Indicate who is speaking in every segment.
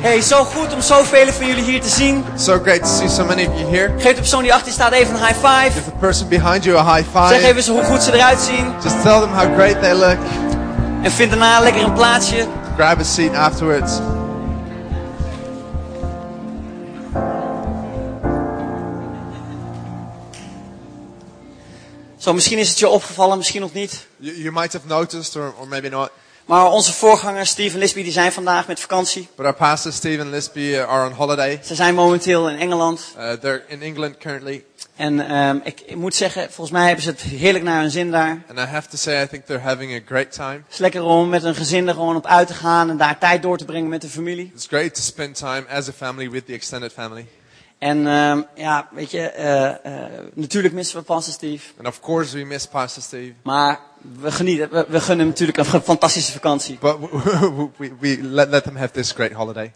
Speaker 1: Hey, zo goed om zoveel van jullie hier te zien.
Speaker 2: So great to see so many of you here.
Speaker 1: Geef de persoon die achter je staat even een high five.
Speaker 2: Give the person behind you a high
Speaker 1: Zeg
Speaker 2: five.
Speaker 1: even ze hoe goed ze eruit zien.
Speaker 2: Just tell them how great they look.
Speaker 1: En vind daarna lekker een plaatsje.
Speaker 2: Grab a seat afterwards.
Speaker 1: Zo, misschien is het je opgevallen, misschien nog niet.
Speaker 2: You, you might have noticed, or, or maybe not,
Speaker 1: Maar onze voorgangers, Steve en Lisby, die zijn vandaag met vakantie.
Speaker 2: but our pastors Steve and Lisby uh, are on holiday.
Speaker 1: Ze zijn momenteel in Engeland.
Speaker 2: Uh, they're in England currently,
Speaker 1: En ehm, ik, ik moet zeggen, volgens mij hebben ze het heerlijk naar hun zin daar. Het
Speaker 2: and I have to say I think they're having a great time.
Speaker 1: is lekker om met hun gezin er gewoon op uit te gaan en daar tijd door te brengen met de familie.
Speaker 2: It's great to spend time as a family with the extended family.
Speaker 1: En ehm, ja, weet je, eh, eh, natuurlijk missen we Pastor Steve.
Speaker 2: And of course we miss Pastor Steve,
Speaker 1: Maar we genieten, we, we gunnen hem natuurlijk een fantastische vakantie.
Speaker 2: but we, we let, let them have this great holiday.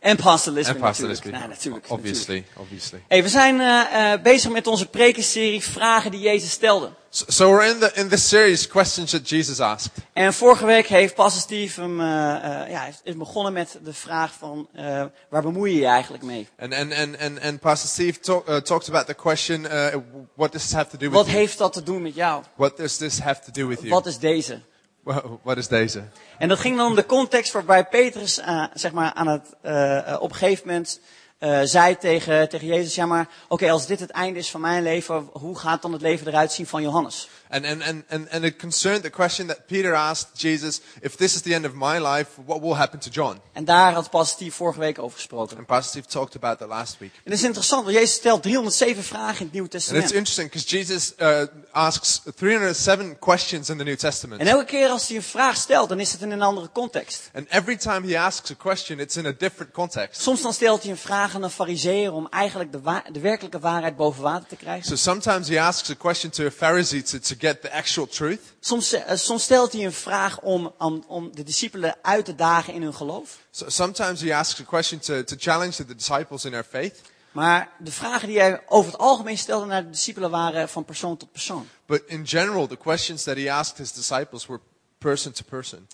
Speaker 1: En Pastor Lisby
Speaker 2: And Pastor
Speaker 1: natuurlijk.
Speaker 2: Lisby,
Speaker 1: Ja, natuurlijk, natuurlijk.
Speaker 2: obviously, obviously.
Speaker 1: Hey, we zijn eh, eh, bezig met onze prekenserie Vragen die Jezus stelde.
Speaker 2: So, so we're in the in this series, questions that Jesus asked.
Speaker 1: En vorige week heeft Pastor Steve hem, eh, eh, ja, is- is begonnen met de vraag van eh, waar bemoei je je eigenlijk mee?
Speaker 2: And and and and, and Pastor Steve talk, uh, talked about the question, uh, what does this have to do
Speaker 1: Wat
Speaker 2: with you?
Speaker 1: heeft dat te doen met jou?
Speaker 2: What does this have to do with you?
Speaker 1: Wat is deze?
Speaker 2: Wha- What is deze?
Speaker 1: En dat ging dan om de context waarbij Petrus eh, zeg maar aan het, eh, eh, op een gegeven moment eh, zei tegen, tegen Jezus, ja maar oké, als dit het einde is van mijn leven, hoe gaat dan het leven eruit zien van Johannes?
Speaker 2: And and and and and it concerned the question that Peter asked Jesus: If this is the end of my life, what will happen to John?
Speaker 1: En daar had Pastor Steve vorige week over gesproken.
Speaker 2: And Pastor Steve talked about that last week.
Speaker 1: En dat is interessant, want Jezus stelt 307 vragen in het Nieuwe
Speaker 2: And it's
Speaker 1: Testament.
Speaker 2: interesting because Jesus uh, asks 307 questions in the New Testament.
Speaker 1: En elke keer als hij een vraag stelt, dan is het in een andere context.
Speaker 2: And every time he asks a question, it's in a different context.
Speaker 1: Soms dan stelt hij een vraag aan een fariseer om eigenlijk de, wa- de werkelijke waarheid boven water te krijgen.
Speaker 2: So sometimes he asks a question to a Pharisee to, to get the actual truth.
Speaker 1: Soms, eh, soms stelt hij een vraag om, om, om de discipelen uit te dagen in hun geloof.
Speaker 2: So sometimes he asks a question to, to challenge the disciples in their faith.
Speaker 1: Maar de vragen die hij over het algemeen stelde naar de discipelen waren van persoon tot persoon.
Speaker 2: But in general, the questions that he asked his disciples were person to person.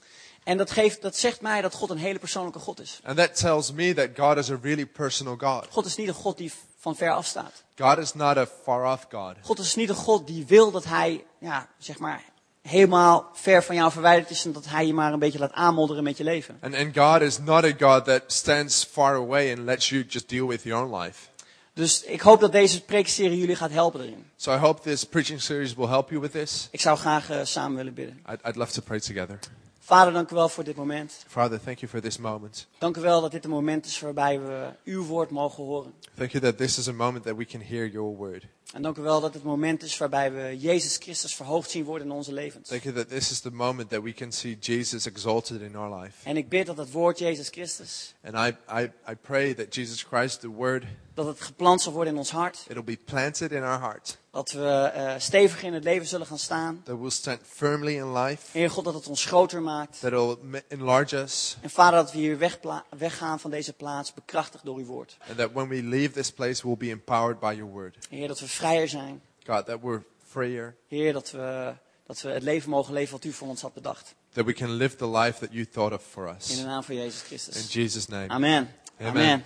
Speaker 1: En dat, geeft, dat zegt mij dat God een hele persoonlijke God is.
Speaker 2: And that tells me that God is a really personal God.
Speaker 1: God is niet een God die van ver af staat.
Speaker 2: God is not a far off God.
Speaker 1: God is niet een God die wil dat hij, ja, zeg maar, helemaal ver van jou verwijderd is en dat hij je maar een beetje laat aanmodderen met je leven.
Speaker 2: And, and God is not a God that stands far away and lets you just deal with your own life.
Speaker 1: Dus ik hoop dat deze preekserie jullie gaat helpen erin.
Speaker 2: So I hope this preaching series will help you with this.
Speaker 1: Ik zou graag eh, samen willen bidden.
Speaker 2: I'd, I'd love to pray together.
Speaker 1: Vader, dank u wel voor dit moment.
Speaker 2: Father, thank you for this moment.
Speaker 1: Dank u wel dat dit een moment is waarbij we uw woord mogen horen.
Speaker 2: Thank you that this is a moment that we can hear your word.
Speaker 1: En dank u wel dat het moment is waarbij we Jezus Christus verhoogd zien worden in onze levens.
Speaker 2: Thank you that this is the moment that we can see Jesus exalted in our life.
Speaker 1: En ik bid dat het woord Jezus Christus,
Speaker 2: And I, I, I pray that Jesus Christ, the Word,
Speaker 1: dat het geplant zal worden in ons hart.
Speaker 2: it'll be planted in our heart,
Speaker 1: Dat we eh, stevig in het leven zullen gaan staan.
Speaker 2: that we'll stand firmly in life,
Speaker 1: Heer God, dat het ons groter maakt.
Speaker 2: that it'll m- enlarge us,
Speaker 1: En vader, dat we hier wegpla- weggaan van deze plaats, bekrachtigd door uw woord.
Speaker 2: and that when we leave this place, we'll be empowered by your Word.
Speaker 1: Heer, dat we vrijer zijn.
Speaker 2: God, that we're freer,
Speaker 1: Heer, dat we, dat we het leven mogen leven wat u voor ons had bedacht.
Speaker 2: that we can live the life that you thought of for
Speaker 1: In de
Speaker 2: us.
Speaker 1: naam van Jezus
Speaker 2: In
Speaker 1: Christus.
Speaker 2: Jesus' name.
Speaker 1: Amen.
Speaker 2: Amen.
Speaker 1: Amen.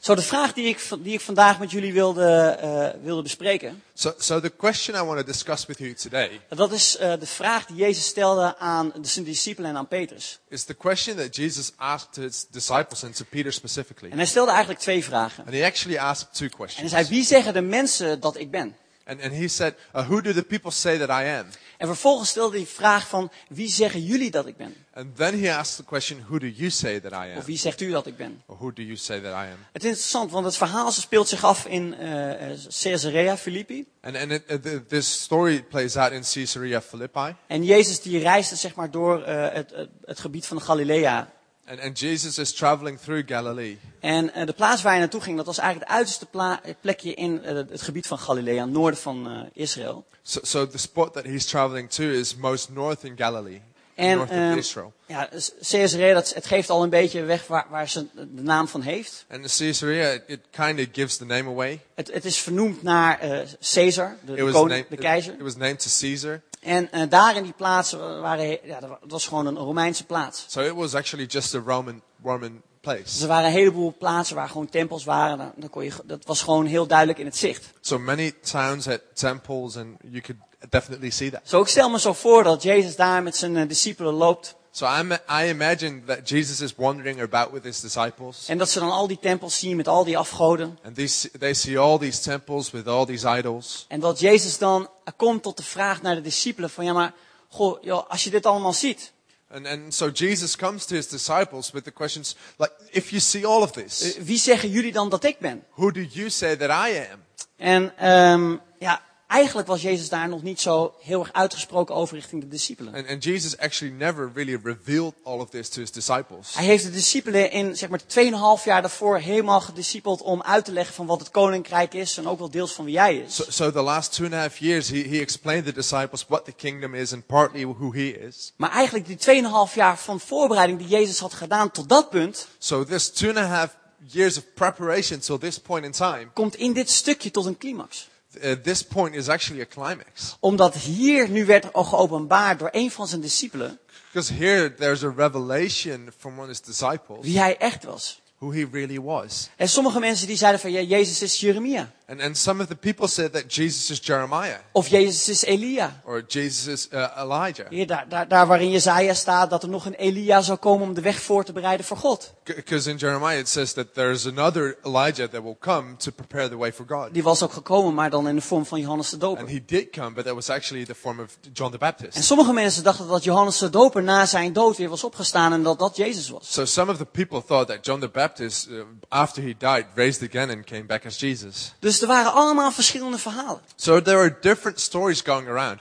Speaker 1: Zo, de vraag die ik, van- die ik vandaag met jullie wilde, eh, wilde bespreken.
Speaker 2: So, so the question I want to discuss with you today
Speaker 1: Dat is eh, de vraag die Jezus stelde aan zijn discipelen en aan Petrus.
Speaker 2: is the question that Jesus asked his disciples and to Peter specifically.
Speaker 1: En hij stelde eigenlijk twee vragen.
Speaker 2: And he actually asked two questions.
Speaker 1: En hij zei, wie zeggen de mensen dat ik ben?
Speaker 2: And, and he said, uh, Who do the people say that I am?
Speaker 1: En vervolgens stelde hij de vraag van, wie zeggen jullie dat ik ben?
Speaker 2: And then he asked the question, Who do you say that I am?
Speaker 1: Of wie zegt u dat ik ben?
Speaker 2: Or who do you say that I am?
Speaker 1: Het is interessant, want het verhaal speelt zich af in eh, eh, Caesarea Philippi.
Speaker 2: And, and it, uh, th- this story plays out in Caesarea Philippi.
Speaker 1: En Jezus die reisde zeg maar door eh, het, het, het gebied van Galilea.
Speaker 2: And, and Jesus is traveling through Galilee.
Speaker 1: En eh, de plaats waar hij naartoe ging, dat was eigenlijk het uiterste pla- plekje in eh, het gebied van Galilea, het noorden van eh, Israël.
Speaker 2: So, so the spot that he's traveling to is most north in Galilee,
Speaker 1: En
Speaker 2: north
Speaker 1: ehm,
Speaker 2: of Israel.
Speaker 1: ja, Caesarea, E, dat, het geeft al een beetje weg waar, waar ze de naam van heeft.
Speaker 2: And Caesarea, it, it kind of gives the name away.
Speaker 1: Het, het is vernoemd naar eh Caesar, de,
Speaker 2: It
Speaker 1: de
Speaker 2: was,
Speaker 1: koning,
Speaker 2: named,
Speaker 1: de
Speaker 2: it,
Speaker 1: keizer.
Speaker 2: it was named to Caesar.
Speaker 1: En eh, daar in die plaats wa- waren, ja, dat wa- dat was gewoon een Romeinse plaats.
Speaker 2: So it was actually just a Roman, Roman
Speaker 1: Dus
Speaker 2: place.
Speaker 1: er waren een heleboel plaatsen waar gewoon tempels waren. Dan, dan kon je, ge- dat was gewoon heel duidelijk in het zicht.
Speaker 2: So many towns had temples, and you could definitely see that.
Speaker 1: Zo, ik stel me zo voor dat Jezus daar met zijn eh, discipelen loopt.
Speaker 2: So I'm, I imagine that Jesus is wandering about with his disciples,
Speaker 1: En dat ze dan al die tempels zien met al die afgoden.
Speaker 2: and these, they see all these temples with all these idols.
Speaker 1: En dat Jezus dan komt tot de vraag naar de discipelen van ja maar, goh, joh, als je dit allemaal ziet,
Speaker 2: And, and so Jesus comes to his disciples with the questions like, if you see all of
Speaker 1: eh,
Speaker 2: this,
Speaker 1: wie zeggen jullie dan dat ik ben?
Speaker 2: who do you say that I am?
Speaker 1: En ehm, ja, eigenlijk was Jezus daar nog niet zo heel erg uitgesproken over richting de discipelen.
Speaker 2: And, and Jesus actually never really revealed all of this to his disciples.
Speaker 1: Hij heeft de discipelen in zeg maar 2,5 jaar daarvoor helemaal gediscipeld om uit te leggen van wat het koninkrijk is en ook wel deels van wie jij is.
Speaker 2: So, so the last two and a half years, he, he explained to the disciples what the kingdom is and partly who he is.
Speaker 1: Maar eigenlijk die 2,5 jaar van voorbereiding die Jezus had gedaan tot dat punt,
Speaker 2: So this two and a half years of preparation till this point in time,
Speaker 1: komt in dit stukje tot een climax.
Speaker 2: uh, this point is actually a climax.
Speaker 1: Omdat hier nu werd er al geopenbaard door een van zijn discipelen
Speaker 2: Because here there's a revelation from one of his disciples
Speaker 1: wie hij echt was.
Speaker 2: who he really was.
Speaker 1: En sommige mensen die zeiden van ja, Jezus is Jeremia.
Speaker 2: And, and some of the people said that Jesus is Jeremiah
Speaker 1: Of Jezus is Elia.
Speaker 2: or Jesus is uh, Elijah.
Speaker 1: Hier, daar, daar, daar waarin Jezaja staat dat er nog een Elia zou komen om de weg voor te bereiden voor God.
Speaker 2: Because in Jeremiah it says that there's another Elijah that will come to prepare the way for God.
Speaker 1: Die was ook gekomen, maar dan in de vorm van Johannes de
Speaker 2: And
Speaker 1: Doper.
Speaker 2: he did come, but that was actually the form of John the
Speaker 1: En
Speaker 2: Baptist.
Speaker 1: sommige mensen dachten dat Johannes de Doper na zijn dood weer was opgestaan en dat dat Jezus was.
Speaker 2: So some of the people thought that John the Baptist, uh, after he died, raised again and came back as Jesus.
Speaker 1: Dus er waren allemaal verschillende verhalen.
Speaker 2: So there are different stories going around.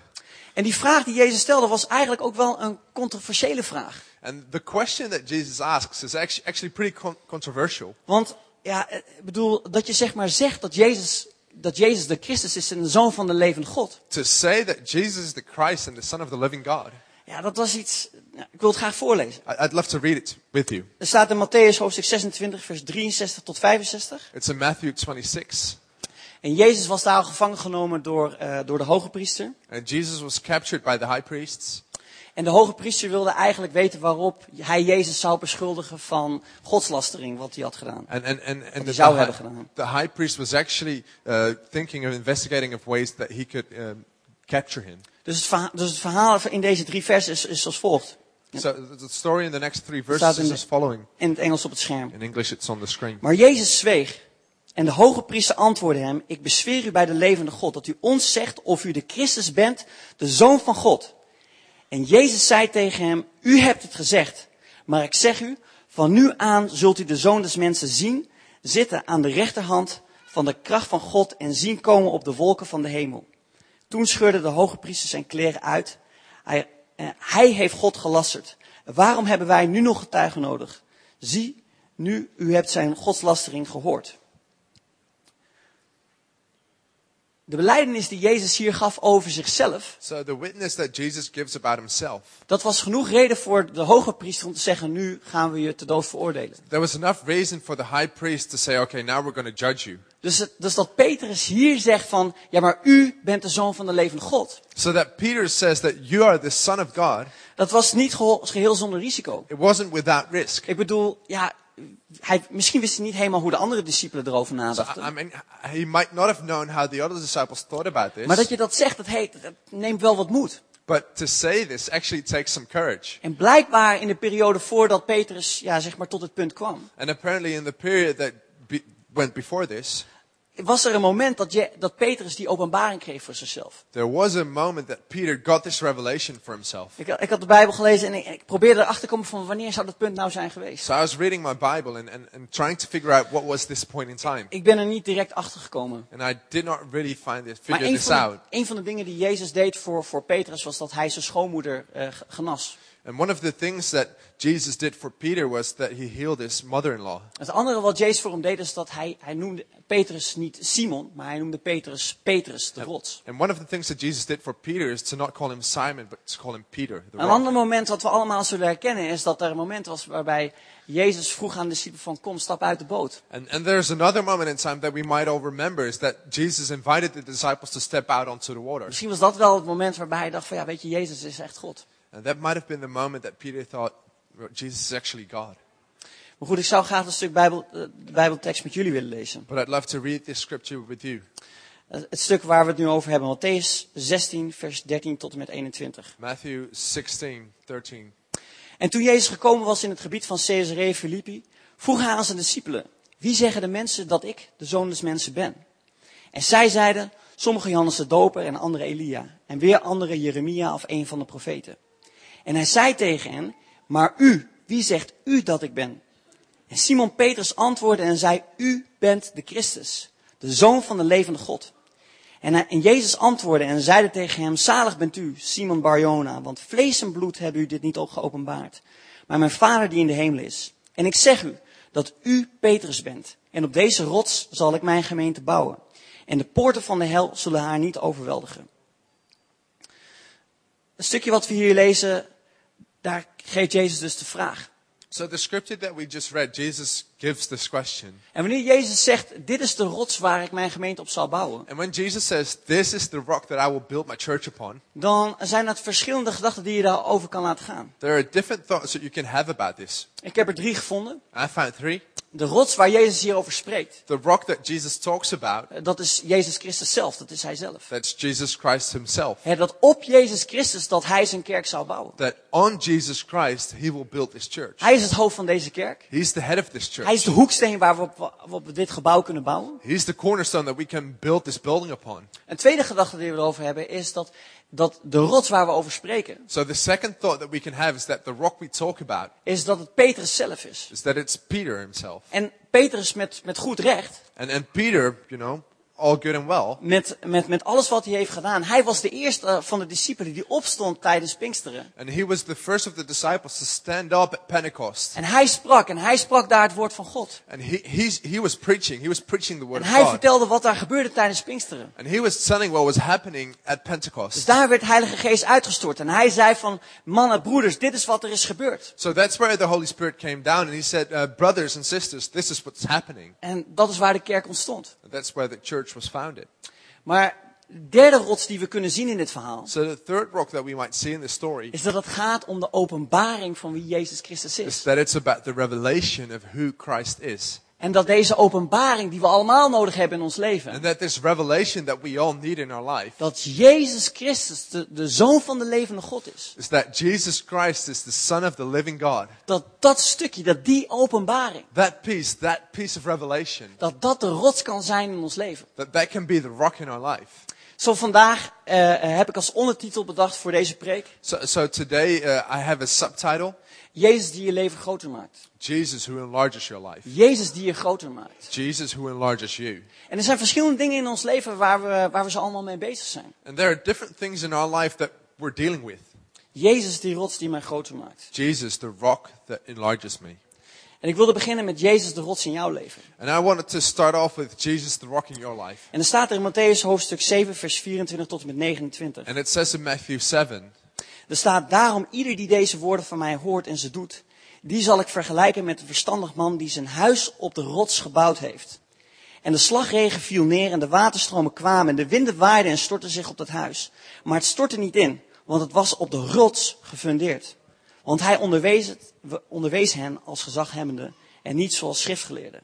Speaker 1: En die vraag die Jezus stelde was eigenlijk ook wel een controversiële vraag.
Speaker 2: And the question that Jesus asks is actually, actually pretty con- controversial.
Speaker 1: Want ja, eh, ik bedoel, dat je zeg maar zegt dat Jezus, dat Jezus de Christus is en de zoon van de levende God.
Speaker 2: To say that Jesus is the Christ and the Son of the living God,
Speaker 1: Ja, dat was iets. nou, ik wil het graag voorlezen.
Speaker 2: I- I'd love to read it with you.
Speaker 1: Er staat in Matthäus hoofdstuk 26, vers 63 tot 65.
Speaker 2: It's in Matthew 26.
Speaker 1: En Jezus was daar al gevangen genomen door, eh, door de hoge priester.
Speaker 2: And Jesus was captured by the high priests.
Speaker 1: En de hoge priester wilde eigenlijk weten waarop hij Jezus zou beschuldigen van godslastering, wat hij had gedaan.
Speaker 2: And, and, and, and
Speaker 1: Die
Speaker 2: the,
Speaker 1: zou
Speaker 2: the
Speaker 1: hebben
Speaker 2: high,
Speaker 1: gedaan.
Speaker 2: the high priest was actually uh, thinking of investigating of ways that he could um, capture him.
Speaker 1: Dus het verhaal, dus het verhaal in deze drie versen is, is als volgt.
Speaker 2: So the story in the next three
Speaker 1: staat
Speaker 2: verses
Speaker 1: in
Speaker 2: is
Speaker 1: de-
Speaker 2: as following.
Speaker 1: In het Engels op het scherm.
Speaker 2: In English, it's on the screen.
Speaker 1: Maar Jezus zweeg. En de hoge priester antwoordde hem, ik bezweer u bij de levende God dat u ons zegt of u de Christus bent, de Zoon van God. En Jezus zei tegen hem, u hebt het gezegd, maar ik zeg u, van nu aan zult u de Zoon des Mensen zien, zitten aan de rechterhand van de kracht van God en zien komen op de wolken van de hemel. Toen scheurde de hoge priester zijn kleren uit. Hij, eh, hij heeft God gelasterd. Waarom hebben wij nu nog getuigen nodig? Zie, nu u hebt zijn godslastering gehoord. De beleidenis die Jezus hier gaf over zichzelf,
Speaker 2: So the witness that Jesus gives about himself,
Speaker 1: dat was genoeg reden voor de hoge priester om te zeggen, nu gaan we je te dood veroordelen.
Speaker 2: there was enough reason for the high priest to say, okay, now we're going to judge you.
Speaker 1: Dus, het- dus dat Petrus hier zegt van, ja maar u bent de zoon van de levende God.
Speaker 2: So that Peter says that you are the son of God,
Speaker 1: Dat was niet geho- geheel zonder risico.
Speaker 2: it wasn't without risk.
Speaker 1: Ik bedoel, ja, hij, misschien wist hij niet helemaal hoe de andere discipelen erover
Speaker 2: So, I, I
Speaker 1: nadachten.
Speaker 2: mean, he might not have known how the other disciples thought about
Speaker 1: Maar dat
Speaker 2: this,
Speaker 1: je dat zegt, dat, heet, dat neemt wel wat moed.
Speaker 2: but to say this actually takes some courage.
Speaker 1: En blijkbaar in de periode voordat Petrus ja, zeg maar tot het punt kwam,
Speaker 2: And apparently in the period that be, went before this,
Speaker 1: was er een moment dat, je, dat Petrus die openbaring kreeg voor zichzelf.
Speaker 2: there was a moment that Peter got this revelation for himself.
Speaker 1: Ik, ik had de Bijbel gelezen en ik, ik probeerde erachter te komen van wanneer zou dat punt nou zijn geweest.
Speaker 2: So I was reading my Bible and, and, and trying to figure out what was this point in time.
Speaker 1: Ik ben er niet direct achter gekomen.
Speaker 2: And I did not really find this,
Speaker 1: Maar
Speaker 2: figure
Speaker 1: een
Speaker 2: this
Speaker 1: van, de,
Speaker 2: out.
Speaker 1: een van de dingen die Jezus deed voor, voor Petrus was dat hij zijn schoonmoeder eh, g- genas.
Speaker 2: And one of the things that Jesus did for Peter was that he healed his mother-in-law.
Speaker 1: Het andere wat Jezus voor hem deed is dat hij, hij noemde Petrus niet Simon, maar hij noemde Petrus Petrus de rots.
Speaker 2: And one of the things that Jesus did for Peter is to not call him Simon, but to call him Peter. The
Speaker 1: Een
Speaker 2: rock.
Speaker 1: ander moment wat we allemaal zullen herkennen is dat er een moment was waarbij Jezus vroeg aan de discipelen van kom stap uit de boot.
Speaker 2: And, and there's another moment in time that we might all remember is that Jesus invited the disciples to step out onto the water.
Speaker 1: Misschien was dat wel het moment waarbij hij dacht van ja weet je Jezus is echt God.
Speaker 2: And that might have been the moment that Peter thought, well, Jesus is actually God.
Speaker 1: Maar goed, ik zou graag een stuk Bijbel, eh, de Bijbeltekst met jullie willen lezen.
Speaker 2: But I'd love to read this scripture with you.
Speaker 1: Eh, Het stuk waar we het nu over hebben, Matthäus 16, vers 13 tot en met 21.
Speaker 2: Matthew 16, 13.
Speaker 1: En toen Jezus gekomen was in het gebied van Caesarea Philippi, vroeg hij aan zijn discipelen, wie zeggen de mensen dat ik de zoon des mensen ben? En zij zeiden, sommige Johannes de Doper en andere Elia, en weer andere Jeremia of een van de profeten. En hij zei tegen hen, maar u, wie zegt u dat ik ben? En Simon Petrus antwoordde en zei, u bent de Christus, de zoon van de levende God. En, hij- en Jezus antwoordde en zeide tegen hem, zalig bent u, Simon Barjona, want vlees en bloed hebben u dit niet ook geopenbaard, maar mijn Vader die in de hemel is. En ik zeg u, dat u Petrus bent, en op deze rots zal ik mijn gemeente bouwen. En de poorten van de hel zullen haar niet overweldigen. Een stukje wat we hier lezen, daar geeft Jezus dus de vraag.
Speaker 2: So the scripture that we just read, Jesus gives this question.
Speaker 1: En wanneer Jezus zegt, dit is de rots waar ik mijn gemeente op zal bouwen,
Speaker 2: And when Jesus says, This is the rock that I will build my church upon,
Speaker 1: dan zijn dat verschillende gedachten die je daarover kan laten gaan.
Speaker 2: there are different thoughts that you can have about this.
Speaker 1: Ik heb er drie gevonden.
Speaker 2: I found three.
Speaker 1: De rots waar Jezus hierover spreekt,
Speaker 2: The rock that Jesus talks about,
Speaker 1: eh, dat is Jezus Christus zelf, dat is Hij zelf.
Speaker 2: that's Jesus Christ himself.
Speaker 1: Hè, Dat op Jezus Christus dat Hij zijn kerk zou bouwen.
Speaker 2: That on Jesus Christ, he will build this church.
Speaker 1: Hij is het hoofd van deze kerk.
Speaker 2: He's the head of this
Speaker 1: Hij is
Speaker 2: church.
Speaker 1: de hoeksteen waar we op, waarop we dit gebouw kunnen bouwen.
Speaker 2: He's the cornerstone that we can build this building upon.
Speaker 1: Een tweede gedachte die we erover hebben is dat, dat de rots waar we over spreken,
Speaker 2: So the second thought that we can have is that the rock we talk about
Speaker 1: is dat het Petrus zelf is.
Speaker 2: is that it's Peter himself.
Speaker 1: En Petrus met, met goed recht,
Speaker 2: And and Peter, you know, all good and well,
Speaker 1: met, met, met alles wat hij heeft gedaan. Hij was de eerste van de discipelen die opstond tijdens Pinksteren.
Speaker 2: and he was the first of the disciples to stand up at Pentecost.
Speaker 1: En hij sprak, en hij sprak daar het woord van God.
Speaker 2: And he he's, he was preaching, he was preaching the word
Speaker 1: En
Speaker 2: of
Speaker 1: hij
Speaker 2: God.
Speaker 1: vertelde wat daar gebeurde tijdens Pinksteren.
Speaker 2: And he was telling what was happening at
Speaker 1: Dus
Speaker 2: Pentecost.
Speaker 1: daar werd de Heilige Geest uitgestort. En hij zei van, mannen, broeders, dit is wat er is gebeurd.
Speaker 2: So that's where the Holy Spirit came down and he said, uh, brothers and sisters, this is what's happening.
Speaker 1: En dat is waar de kerk ontstond.
Speaker 2: That's where the church was founded.
Speaker 1: Maar de derde rots die we kunnen zien in dit verhaal,
Speaker 2: So the third rock that we might see in this story
Speaker 1: is dat het gaat om de openbaring van wie Jezus Christus
Speaker 2: is
Speaker 1: is.
Speaker 2: that it's about the revelation of who Christ is.
Speaker 1: En dat deze openbaring die we allemaal nodig hebben in ons leven,
Speaker 2: And that this revelation that we all need in our life
Speaker 1: dat Jezus Christus de, de Zoon van de levende God is.
Speaker 2: is that Jesus Christ is the Son of the living God.
Speaker 1: Dat dat stukje, dat die openbaring,
Speaker 2: That piece, that piece of revelation,
Speaker 1: dat dat de rots kan zijn in ons leven.
Speaker 2: that that can be the rock in our life.
Speaker 1: Zo vandaag eh, heb ik als ondertitel bedacht voor deze preek,
Speaker 2: So, so today uh, I have a subtitle,
Speaker 1: Jezus die je leven groter maakt.
Speaker 2: Jesus who enlarges your life.
Speaker 1: Jezus die je groter maakt.
Speaker 2: Jesus who enlarges you.
Speaker 1: En er zijn verschillende dingen in ons leven waar we, waar we zo allemaal mee bezig zijn.
Speaker 2: And there are different things in our life that we're dealing with.
Speaker 1: Jezus die rots die mij groter maakt.
Speaker 2: Jesus, the rock that enlarges me.
Speaker 1: En ik wilde beginnen met Jezus de rots in jouw leven.
Speaker 2: And I wanted to start off with Jesus, the rock in your life.
Speaker 1: En dan staat er in Matthäus hoofdstuk 7, vers 24 tot en met 29.
Speaker 2: And it says in Matthew 7,
Speaker 1: Er staat, daarom ieder die deze woorden van mij hoort en ze doet, die zal ik vergelijken met een verstandig man die zijn huis op de rots gebouwd heeft. En de slagregen viel neer en de waterstromen kwamen en de winden waaiden en stortten zich op dat huis. Maar het stortte niet in, want het was op de rots gefundeerd. Want hij onderwees, het, onderwees hen als gezaghebbende en niet zoals schriftgeleerden.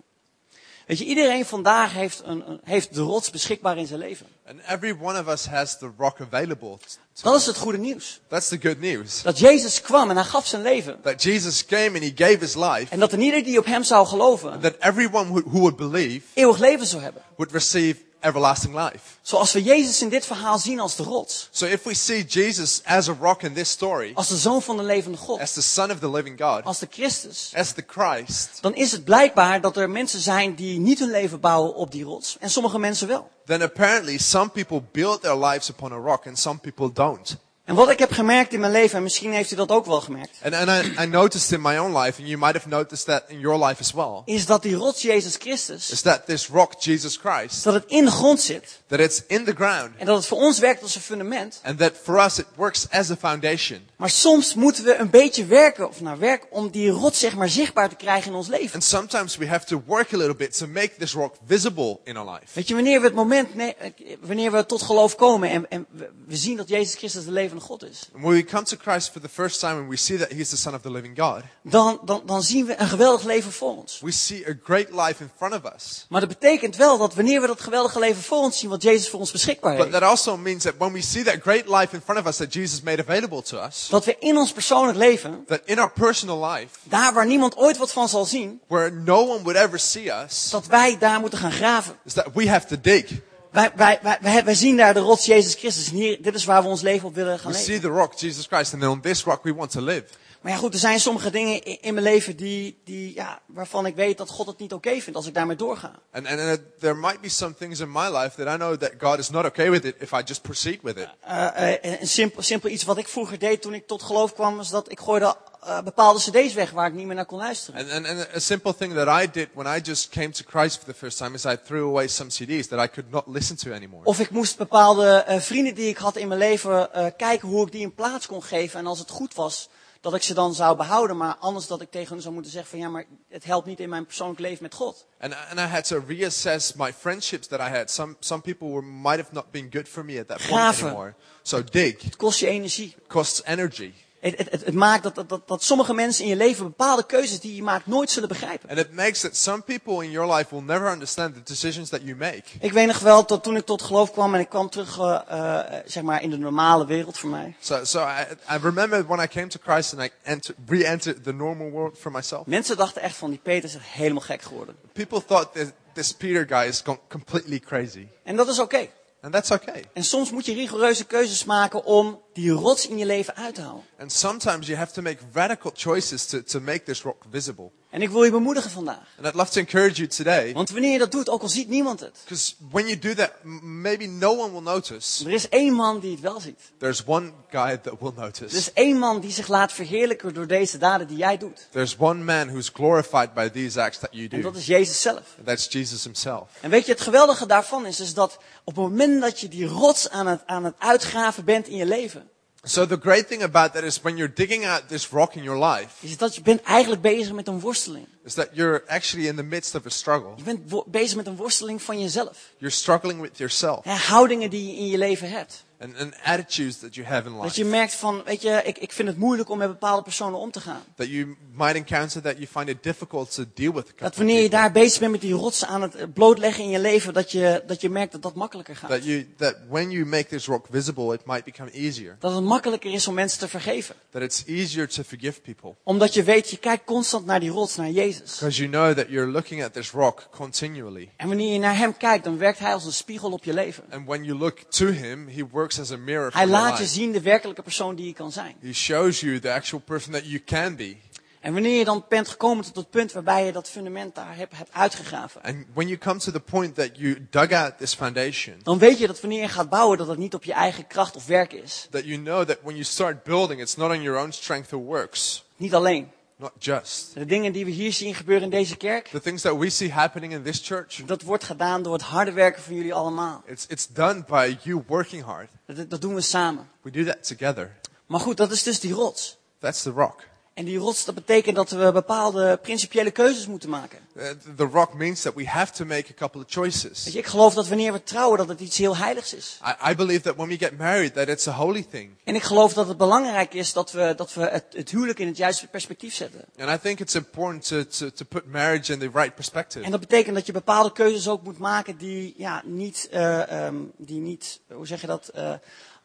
Speaker 1: Weet je, iedereen vandaag heeft, een, een- heeft de rots beschikbaar in zijn leven.
Speaker 2: and every one of us has the rock available. to
Speaker 1: Dat is
Speaker 2: us.
Speaker 1: het goede nieuws.
Speaker 2: That's the good news.
Speaker 1: Dat Jezus kwam en hij gaf zijn leven.
Speaker 2: That Jesus came and he gave his life.
Speaker 1: En dat een ieder die op hem zou geloven,
Speaker 2: that everyone who, who would believe
Speaker 1: eeuwig leven zou hebben.
Speaker 2: would receive everlasting life.
Speaker 1: Zoals we Jezus in dit verhaal zien als de rots.
Speaker 2: So if we see Jesus as a rock in this story,
Speaker 1: Als de zoon van de levende God.
Speaker 2: as the Son of the living God,
Speaker 1: Als de Christus.
Speaker 2: as the Christ,
Speaker 1: Dan is het blijkbaar dat er mensen zijn die niet hun leven bouwen op die rots. En sommige mensen wel.
Speaker 2: then apparently some people build their lives upon a rock and some people don't.
Speaker 1: En wat ik heb gemerkt in mijn leven, en misschien heeft u dat ook wel gemerkt.
Speaker 2: And, and I, I noticed in my own life, and you might have noticed that in your life as well,
Speaker 1: Is dat die rots Jezus Christus,
Speaker 2: is that this rock, Jesus Christ,
Speaker 1: dat het in de grond zit.
Speaker 2: that it's in the ground
Speaker 1: En dat het voor ons werkt als een fundament.
Speaker 2: and that for us it works as a foundation.
Speaker 1: Maar soms moeten we een beetje werken, of naar werk, om die rots zeg maar zichtbaar te krijgen in ons leven.
Speaker 2: And sometimes we have to work a little bit to make this rock visible in our life.
Speaker 1: Weet je, wanneer we het moment, ne- eh, wanneer we tot geloof komen en, en we- we zien dat Jezus Christus de levende levende God is.
Speaker 2: And when we come to Christ for the first time and we see that He's the Son of the living God,
Speaker 1: Dan, dan, dan zien we een geweldig leven voor ons.
Speaker 2: we see a great life in front of us.
Speaker 1: Maar dat betekent wel dat wanneer we dat geweldige leven voor ons zien, wat Jezus voor ons beschikbaar
Speaker 2: But
Speaker 1: heeft,
Speaker 2: that also means that when we see that great life in front of us that Jesus made available to us,
Speaker 1: dat we in ons persoonlijk leven,
Speaker 2: that in our personal life,
Speaker 1: daar waar niemand ooit wat van zal zien,
Speaker 2: where no one would ever see us,
Speaker 1: dat wij daar moeten gaan graven.
Speaker 2: is that we have to dig.
Speaker 1: Wij, wij, wij, wij, wij zien daar de rots Jezus Christus. En hier, dit is waar we ons leven op willen gaan
Speaker 2: We see
Speaker 1: leven.
Speaker 2: the rock, Jesus Christ, and then on this rock we want to live.
Speaker 1: Maar ja, goed, er zijn sommige dingen in, in mijn leven die, die, ja, waarvan ik weet dat God het niet oké vindt als ik daarmee doorga.
Speaker 2: And, and uh, there might be some things in my life that I know that God is not okay with it if I just proceed with it.
Speaker 1: Eh, eh, een simpel, simpel iets wat ik vroeger deed toen ik tot geloof kwam, was dat ik gooide eh, bepaalde cd's weg waar ik niet meer naar kon luisteren.
Speaker 2: And, and, and a simple thing that I did when I just came to Christ for the first time is I threw away some CDs that I could not listen to anymore.
Speaker 1: Of ik moest bepaalde eh, vrienden die ik had in mijn leven eh, kijken hoe ik die een plaats kon geven. En als het goed was, dat ik ze dan zou behouden. Maar anders dat ik tegen hen zou moeten zeggen van ja, maar het helpt niet in mijn persoonlijk leven met God.
Speaker 2: And, and I had to reassess my friendships that I had. Some, some people were, might have not been good for me at that point
Speaker 1: Graven.
Speaker 2: anymore. So dig
Speaker 1: Het kost je energie.
Speaker 2: costs energy.
Speaker 1: Het, het, het, het maakt dat, dat, dat, dat sommige mensen in je leven bepaalde keuzes die je maakt nooit zullen begrijpen.
Speaker 2: And it makes that some people in your life will never understand the decisions that you make.
Speaker 1: Ik weet nog wel dat toen ik tot geloof kwam en ik kwam terug eh, eh, zeg maar in de normale wereld voor mij.
Speaker 2: So, so I, I remember when I came to Christ and I enter, re-entered the normal world for myself.
Speaker 1: Mensen dachten echt van die Peter is echt helemaal gek geworden.
Speaker 2: People thought that this Peter guy has gone completely crazy.
Speaker 1: En dat is oké.
Speaker 2: And that's okay.
Speaker 1: En soms moet je rigoureuze keuzes maken om die rots in je leven uit te houden.
Speaker 2: And sometimes you have to make radical choices to, to make this rock visible.
Speaker 1: En ik wil je bemoedigen vandaag.
Speaker 2: And I'd love to encourage you today,
Speaker 1: Want wanneer je dat doet, ook al ziet niemand het.
Speaker 2: because when you do that, m- maybe no one will notice.
Speaker 1: Er is één man die het wel ziet.
Speaker 2: There's one guy that will
Speaker 1: Er is
Speaker 2: notice.
Speaker 1: één man die zich laat verheerlijken door deze daden die jij doet.
Speaker 2: There's one man who's glorified by these acts that you
Speaker 1: En
Speaker 2: do.
Speaker 1: dat is Jezus zelf.
Speaker 2: That's Jesus himself.
Speaker 1: En weet je, het geweldige daarvan is, is dat op het moment dat je die rots aan het, aan het uitgraven bent in je leven,
Speaker 2: So the great thing about that is when you're digging out this rock in your life,
Speaker 1: is dat je bent eigenlijk bezig met een worsteling.
Speaker 2: is that you're actually in the midst of a struggle.
Speaker 1: Je bent wo- bezig met een worsteling van jezelf.
Speaker 2: You're struggling with yourself
Speaker 1: Hè, houdingen die je in je leven hebt.
Speaker 2: and, and attitudes that you have in
Speaker 1: Dat
Speaker 2: life.
Speaker 1: je merkt van, weet je, ik, ik vind het moeilijk om met bepaalde personen om te gaan.
Speaker 2: That you might encounter that you find it difficult to deal with. a couple
Speaker 1: Dat
Speaker 2: of
Speaker 1: wanneer je
Speaker 2: people.
Speaker 1: daar bezig bent met die rotsen aan het eh, blootleggen in je leven, dat je, dat je merkt dat dat makkelijker gaat.
Speaker 2: that you that when you make this rock visible it might become easier
Speaker 1: Dat het makkelijker is om mensen te vergeven.
Speaker 2: that it's easier to forgive people
Speaker 1: Omdat je weet, je kijkt constant naar die rots, naar Jezus.
Speaker 2: because you know that you're looking at this rock continually
Speaker 1: En wanneer je naar hem kijkt, dan werkt hij als een spiegel op je leven.
Speaker 2: and when you look to him he works as a mirror for
Speaker 1: Hij
Speaker 2: your
Speaker 1: laat je
Speaker 2: life.
Speaker 1: zien de werkelijke persoon die je kan zijn.
Speaker 2: he shows you the actual person that you can be
Speaker 1: En wanneer je dan bent gekomen tot het punt waarbij je dat fundament daar hebt, hebt uitgegraven,
Speaker 2: and when you come to the point that you dug out this foundation
Speaker 1: dan weet je dat wanneer je gaat bouwen, dat het niet op je eigen kracht of werk is.
Speaker 2: that you know that when you start building it's not on your own strength or works
Speaker 1: Niet alleen.
Speaker 2: not just
Speaker 1: De dingen die we hier zien gebeuren in deze kerk,
Speaker 2: the things that we see happening in this church
Speaker 1: dat wordt gedaan door het harde werken van jullie allemaal.
Speaker 2: it's it's done by you working hard
Speaker 1: Dat, dat doen we samen.
Speaker 2: we do that together
Speaker 1: Maar goed, dat is dus die rots.
Speaker 2: that's the rock
Speaker 1: En die rots, dat betekent dat we bepaalde principiële keuzes moeten maken.
Speaker 2: Uh, the rock means that we have to make a couple of
Speaker 1: Weet
Speaker 2: choices.
Speaker 1: je, ik geloof dat wanneer we trouwen, dat het iets heel heiligs is.
Speaker 2: I, I believe that when we get married, that it's a holy thing.
Speaker 1: En ik geloof dat het belangrijk is dat we, dat we het, het huwelijk in het juiste perspectief zetten.
Speaker 2: And I think it's important to, to, to put marriage in the right perspective.
Speaker 1: En dat betekent dat je bepaalde keuzes ook moet maken die ja, niet, eh, ehm, die niet hoe zeg je dat, eh,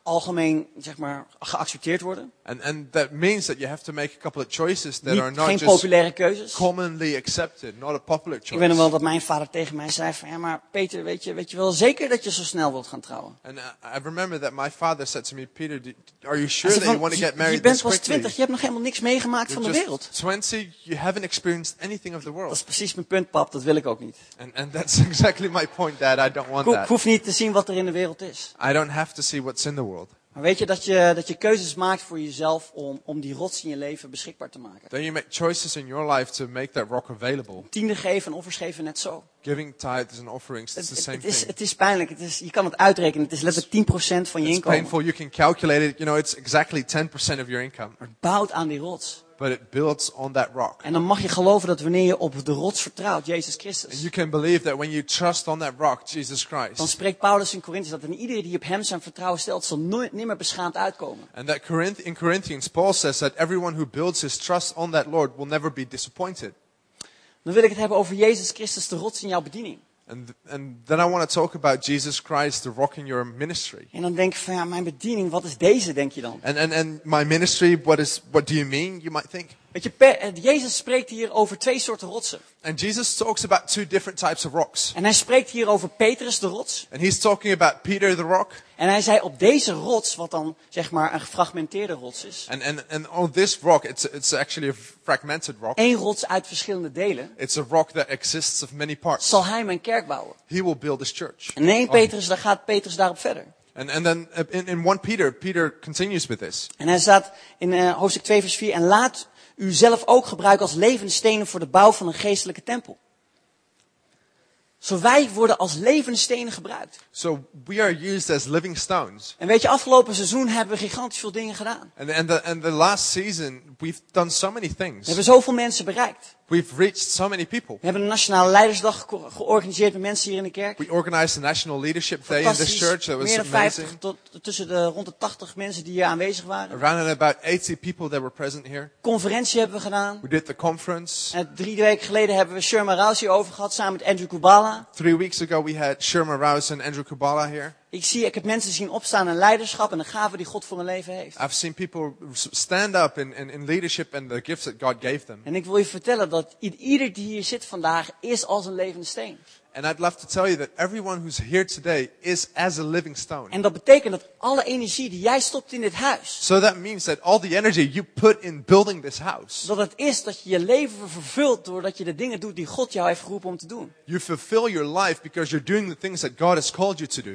Speaker 1: algemeen zeg maar, geaccepteerd worden.
Speaker 2: And, and that means that you have to make a couple of choices that
Speaker 1: Niet-
Speaker 2: are not
Speaker 1: geen
Speaker 2: just
Speaker 1: populaire keuzes.
Speaker 2: commonly accepted, not a popular
Speaker 1: Ik
Speaker 2: choice.
Speaker 1: weet nog wel dat mijn vader tegen mij zei van ja, maar Peter, weet je, weet je wel zeker dat je zo snel wilt gaan trouwen?
Speaker 2: And I- I remember that my father said to me, Peter, do, are you
Speaker 1: Hij
Speaker 2: sure
Speaker 1: zei
Speaker 2: that
Speaker 1: van,
Speaker 2: you want to get
Speaker 1: je, je
Speaker 2: married
Speaker 1: bent
Speaker 2: this
Speaker 1: pas
Speaker 2: quickly?
Speaker 1: twintig, je hebt nog helemaal niks meegemaakt van de
Speaker 2: You're
Speaker 1: wereld.
Speaker 2: just 20, you haven't experienced anything of the
Speaker 1: Dat
Speaker 2: world.
Speaker 1: is precies mijn punt, pap, dat wil ik ook niet.
Speaker 2: And, and that's exactly my point, Dad. I don't want
Speaker 1: Ik, ho- ik
Speaker 2: that.
Speaker 1: hoef niet te zien wat er in de wereld is.
Speaker 2: I don't have to see what's in the world.
Speaker 1: Maar weet je dat je, dat je keuzes maakt voor jezelf om, om die rots in je leven beschikbaar te maken?
Speaker 2: Then you make choices in your life to make that rock available.
Speaker 1: Tiende geven en offers geven net zo.
Speaker 2: Giving tithes and offerings,
Speaker 1: Het,
Speaker 2: it's the
Speaker 1: het-
Speaker 2: same
Speaker 1: het is,
Speaker 2: thing.
Speaker 1: het is pijnlijk. Het is, je kan het uitrekenen. Het is letterlijk 10% van je
Speaker 2: It's
Speaker 1: inkomen.
Speaker 2: painful. You can calculate it. You know, it's exactly 10% of your income.
Speaker 1: Bouwt aan die rots.
Speaker 2: but it builds on that rock.
Speaker 1: En dan mag je geloven dat wanneer je op de rots vertrouwt, Jezus
Speaker 2: And
Speaker 1: Christus.
Speaker 2: you can believe that when you trust on that rock, Jesus
Speaker 1: Dan
Speaker 2: Christ,
Speaker 1: spreekt Paulus in Corinthië dat en iedereen die op hem zijn vertrouwen stelt, zal nooit nimmer beschaamd uitkomen.
Speaker 2: and that Corinth, in Corinthians, Paul says that everyone who builds his trust on that Lord will never be disappointed.
Speaker 1: Dan wil ik het hebben over Jezus Christus, de rots in jouw bediening.
Speaker 2: And, and then I want to talk about Jesus Christ, the rock in your ministry.
Speaker 1: En dan denk je van ja, mijn bediening, wat is deze, denk je dan?
Speaker 2: And, and, and my ministry, what, is, what do you mean, you might think?
Speaker 1: Weet je, per- eh, Jezus spreekt hier over twee soorten rotsen.
Speaker 2: And Jesus talks about two different types of rocks.
Speaker 1: En hij spreekt hier over Petrus de rots.
Speaker 2: And he's talking about Peter the rock,
Speaker 1: En hij zei op deze rots, wat dan zeg maar een gefragmenteerde rots is.
Speaker 2: and, and, and on this rock, it's, it's actually a fragmented rock.
Speaker 1: Eén rots uit verschillende delen.
Speaker 2: It's a rock that exists of many parts.
Speaker 1: Zal hij mijn kerk bouwen?
Speaker 2: He will build his church.
Speaker 1: En nee, Petrus, daar gaat Petrus daarop verder.
Speaker 2: And, and then uh, in, in 1 Peter, Peter continues with this.
Speaker 1: En hij staat in eh, hoofdstuk 2 vers 4. En laat u zelf ook gebruiken als levende stenen voor de bouw van een geestelijke tempel. Zo wij worden als levende stenen gebruikt.
Speaker 2: So we are used as living stones.
Speaker 1: En weet je, afgelopen seizoen hebben we gigantisch veel dingen gedaan.
Speaker 2: And, and, the, and the last season, we've done so many
Speaker 1: We
Speaker 2: things.
Speaker 1: hebben zoveel mensen bereikt.
Speaker 2: We've reached so many people.
Speaker 1: We hebben een nationale leidersdag geko- georganiseerd met mensen hier in de kerk.
Speaker 2: We organized a National Leadership Day in this
Speaker 1: Fantastisch.
Speaker 2: church. That was
Speaker 1: Meer dan 50
Speaker 2: amazing.
Speaker 1: tot tussen de rond de 80 mensen die hier aanwezig waren.
Speaker 2: Around and about 80 people that were present here.
Speaker 1: Conferentie hebben we gedaan.
Speaker 2: We did the conference.
Speaker 1: En drie weken geleden hebben we Sherma Rouse over gehad samen met Andrew Kubala.
Speaker 2: Three weeks ago, we had Sherma Rouse and Andrew Kubala here.
Speaker 1: Ik zie, ik heb mensen zien opstaan in leiderschap en de gave die God voor mijn leven heeft.
Speaker 2: I've seen people s- stand up in, in, in leadership and the gifts that God gave them.
Speaker 1: En ik wil je vertellen dat i- ieder die hier zit vandaag is als een levende steen.
Speaker 2: And I'd love to tell you that everyone who's here today is as a living stone.
Speaker 1: En dat betekent dat alle energie die jij stopt in dit huis,
Speaker 2: so that means that all the energy you put in building this house,
Speaker 1: dat het is dat je je leven vervult doordat je de dingen doet die God jou heeft geroepen om te doen.
Speaker 2: you fulfill your life because you're doing the things that God has called you to do.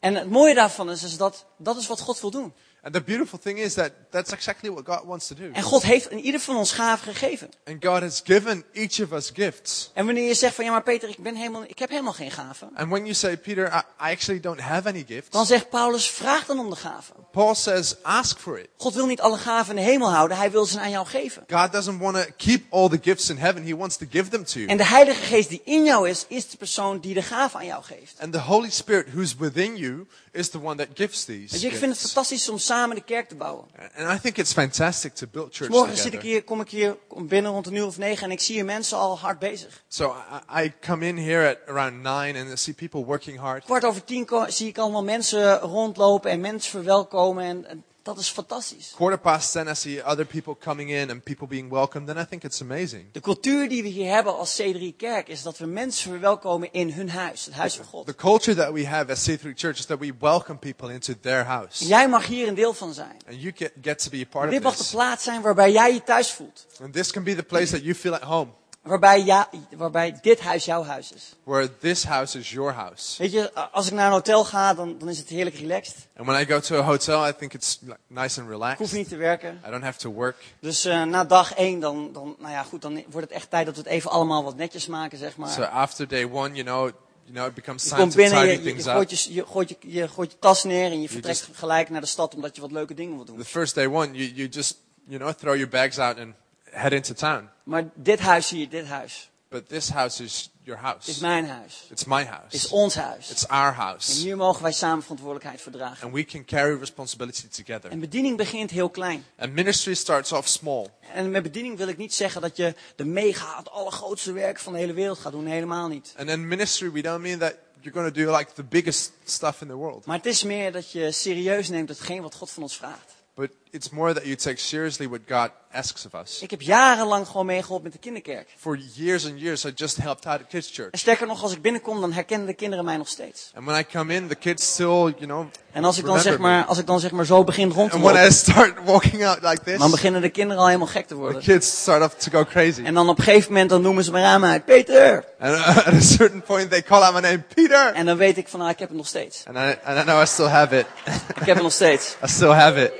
Speaker 1: En het mooie daarvan is, is dat dat is wat God wil doen.
Speaker 2: And the beautiful thing is that that's exactly what God wants to do.
Speaker 1: En God heeft in ieder van ons gaven gegeven.
Speaker 2: And God has given each of us gifts.
Speaker 1: En wanneer je zegt van ja maar Peter, ik, ben helemaal, ik heb helemaal geen gaven.
Speaker 2: And when you say, Peter, I, I actually don't have any gifts,
Speaker 1: Dan zegt Paulus, vraag dan om de gaven.
Speaker 2: Paul says, ask for it.
Speaker 1: God wil niet alle gaven in de hemel houden, hij wil ze aan jou geven.
Speaker 2: God doesn't want to keep all the gifts in heaven. He wants to give them to you.
Speaker 1: En de Heilige Geest die in jou is, is de persoon die de gaven aan jou geeft.
Speaker 2: And the Holy Spirit who's within you is the one that gives these.
Speaker 1: Dus ik vind het
Speaker 2: gifts.
Speaker 1: fantastisch om samen de kerk te bouwen.
Speaker 2: And I think it's fantastic to build church
Speaker 1: Morgen zit ik
Speaker 2: together.
Speaker 1: hier, kom ik hier kom binnen rond een uur of negen en ik zie hier mensen al hard bezig.
Speaker 2: So I, I come in here at around nine and I see people working hard.
Speaker 1: Kwart over tien ko- zie ik allemaal mensen rondlopen en mensen verwelkomen en, en dat is fantastisch.
Speaker 2: Quarter past ten, I see other people coming in and people being welcomed. Then I think it's amazing.
Speaker 1: De cultuur die we hier hebben als C3 Kerk is dat we mensen verwelkomen in hun huis, het huis van God.
Speaker 2: The culture that we have at C3 Church is that we welcome people into their house.
Speaker 1: Jij mag hier een deel van zijn.
Speaker 2: And you get, get to be a part
Speaker 1: Dit
Speaker 2: of
Speaker 1: mag de
Speaker 2: this.
Speaker 1: plaats zijn waarbij jij je thuis voelt.
Speaker 2: And this can be the place that you feel at home,
Speaker 1: Waarbij, ja, waarbij dit huis jouw huis is.
Speaker 2: where this house is your house.
Speaker 1: Weet je, a- als ik naar een hotel ga, dan, dan is het heerlijk relaxed. Ik
Speaker 2: And when I go to a hotel, I think it's like, nice and
Speaker 1: hoef
Speaker 2: relaxed.
Speaker 1: niet te werken.
Speaker 2: I don't have to work.
Speaker 1: Dus eh, na dag één, dan, dan, nou ja, goed, dan wordt het echt tijd dat we het even allemaal wat netjes maken, zeg maar.
Speaker 2: So after day one, you know, you know, it becomes
Speaker 1: Je
Speaker 2: time
Speaker 1: komt
Speaker 2: to
Speaker 1: binnen,
Speaker 2: tidy
Speaker 1: je, je, je
Speaker 2: things up.
Speaker 1: gooit je, je, gooit je, je gooit je tas neer en je vertrekt
Speaker 2: just-
Speaker 1: gelijk naar de stad omdat je wat leuke dingen wilt doen.
Speaker 2: The first day one, you, you just, you know, throw your bags out and head into town.
Speaker 1: Maar dit huis hier, dit huis,
Speaker 2: But this house is your
Speaker 1: is
Speaker 2: house.
Speaker 1: mijn huis.
Speaker 2: It's my
Speaker 1: Is
Speaker 2: house.
Speaker 1: ons huis.
Speaker 2: It's our
Speaker 1: En
Speaker 2: house.
Speaker 1: hier mogen wij samen verantwoordelijkheid voor dragen.
Speaker 2: And we can carry responsibility together.
Speaker 1: En bediening begint heel klein.
Speaker 2: And ministry starts off small.
Speaker 1: En met bediening wil ik niet zeggen dat je de mega, het allergrootste werk van de hele wereld gaat doen. Helemaal niet.
Speaker 2: And in ministry, we don't mean that you're going to do like the biggest stuff in the world.
Speaker 1: Maar het is meer dat je serieus neemt hetgeen wat God van ons vraagt.
Speaker 2: But it's more that you take seriously what God asks of us.
Speaker 1: Ik heb jarenlang gewoon meegeholpen met de kinderkerk.
Speaker 2: For years and years, I just helped out at kids'
Speaker 1: En
Speaker 2: church.
Speaker 1: sterker nog, als ik binnenkom, dan herkennen de kinderen mij nog steeds.
Speaker 2: And when I come in, the kids still, you know.
Speaker 1: En als ik dan, zeg
Speaker 2: remember me.
Speaker 1: maar, als ik dan zeg maar zo begin rond te
Speaker 2: And when I
Speaker 1: lopen,
Speaker 2: start walking out like this,
Speaker 1: dan beginnen de kinderen al helemaal gek te
Speaker 2: the
Speaker 1: worden.
Speaker 2: kids start off to go crazy.
Speaker 1: En dan op een gegeven moment, dan noemen ze mijn raam uit, Peter!
Speaker 2: And uh, at a certain point, they call out my name, Peter.
Speaker 1: En dan weet ik van, nou, ik heb het nog steeds.
Speaker 2: And I, and I know I still have it.
Speaker 1: Ik heb het nog steeds.
Speaker 2: I still have it.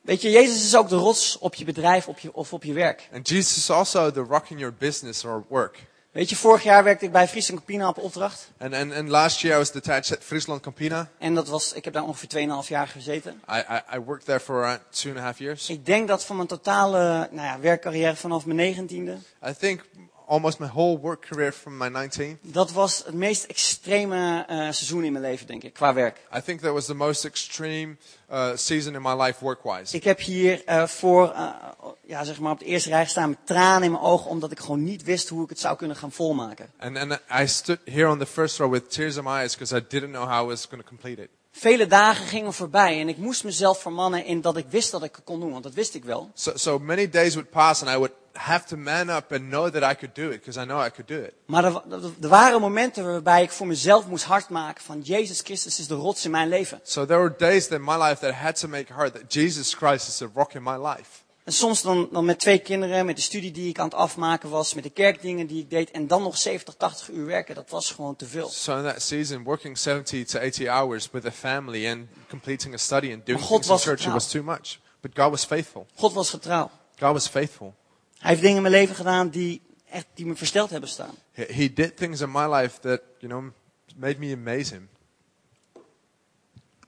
Speaker 1: Weet je, Jezus is ook de rots op je bedrijf op je, of op je werk.
Speaker 2: And Jesus is also the rock in your business or work.
Speaker 1: Weet je, vorig jaar werkte ik bij Friesland Campina op opdracht.
Speaker 2: And, and, and last year I was detached at Friesland Campina.
Speaker 1: En dat was, ik heb daar ongeveer 2,5 jaar gezeten.
Speaker 2: I, I, I worked there for around two and a half years.
Speaker 1: Ik denk dat van mijn totale nou ja, werkcarrière vanaf mijn negentiende,
Speaker 2: I think almost my whole work career from my 19.
Speaker 1: dat was het meest extreme eh, seizoen in mijn leven, denk ik, qua werk.
Speaker 2: I think that was the most extreme uh, season in my life work-wise.
Speaker 1: Ik heb hier eh, voor, eh, ja, zeg maar op de eerste rij gestaan met tranen in mijn ogen, omdat ik gewoon niet wist hoe ik het zou kunnen gaan volmaken.
Speaker 2: And, and I stood here on the first row with tears in my eyes because I didn't know how I was going to complete it.
Speaker 1: Vele dagen gingen voorbij en ik moest mezelf vermannen in dat ik wist dat ik het kon doen, want dat wist ik wel.
Speaker 2: So, so many days would pass and I would have to man up and know that I could do it because I know I could do it.
Speaker 1: Maar er, wa- er waren momenten waarbij ik voor mezelf moest hardmaken van Jezus Christus is de rots in mijn leven.
Speaker 2: So there were days in my life that I had to make hard that Jesus Christ is the rock in my life.
Speaker 1: En soms dan, dan met twee kinderen, met de studie die ik aan het afmaken was, met de kerkdingen die ik deed en dan nog 70, 80 uur werken, dat was gewoon te veel.
Speaker 2: So in that season, working 70 to 80 hours with a family and completing a study and doing
Speaker 1: Maar God
Speaker 2: things in
Speaker 1: was
Speaker 2: church, it
Speaker 1: getrouw.
Speaker 2: was too much. But God was faithful.
Speaker 1: God was getrouw.
Speaker 2: God was faithful.
Speaker 1: Hij heeft dingen in mijn leven gedaan die, echt, die me versteld hebben staan.
Speaker 2: He, he did things in my life that, you know, made me amaze him.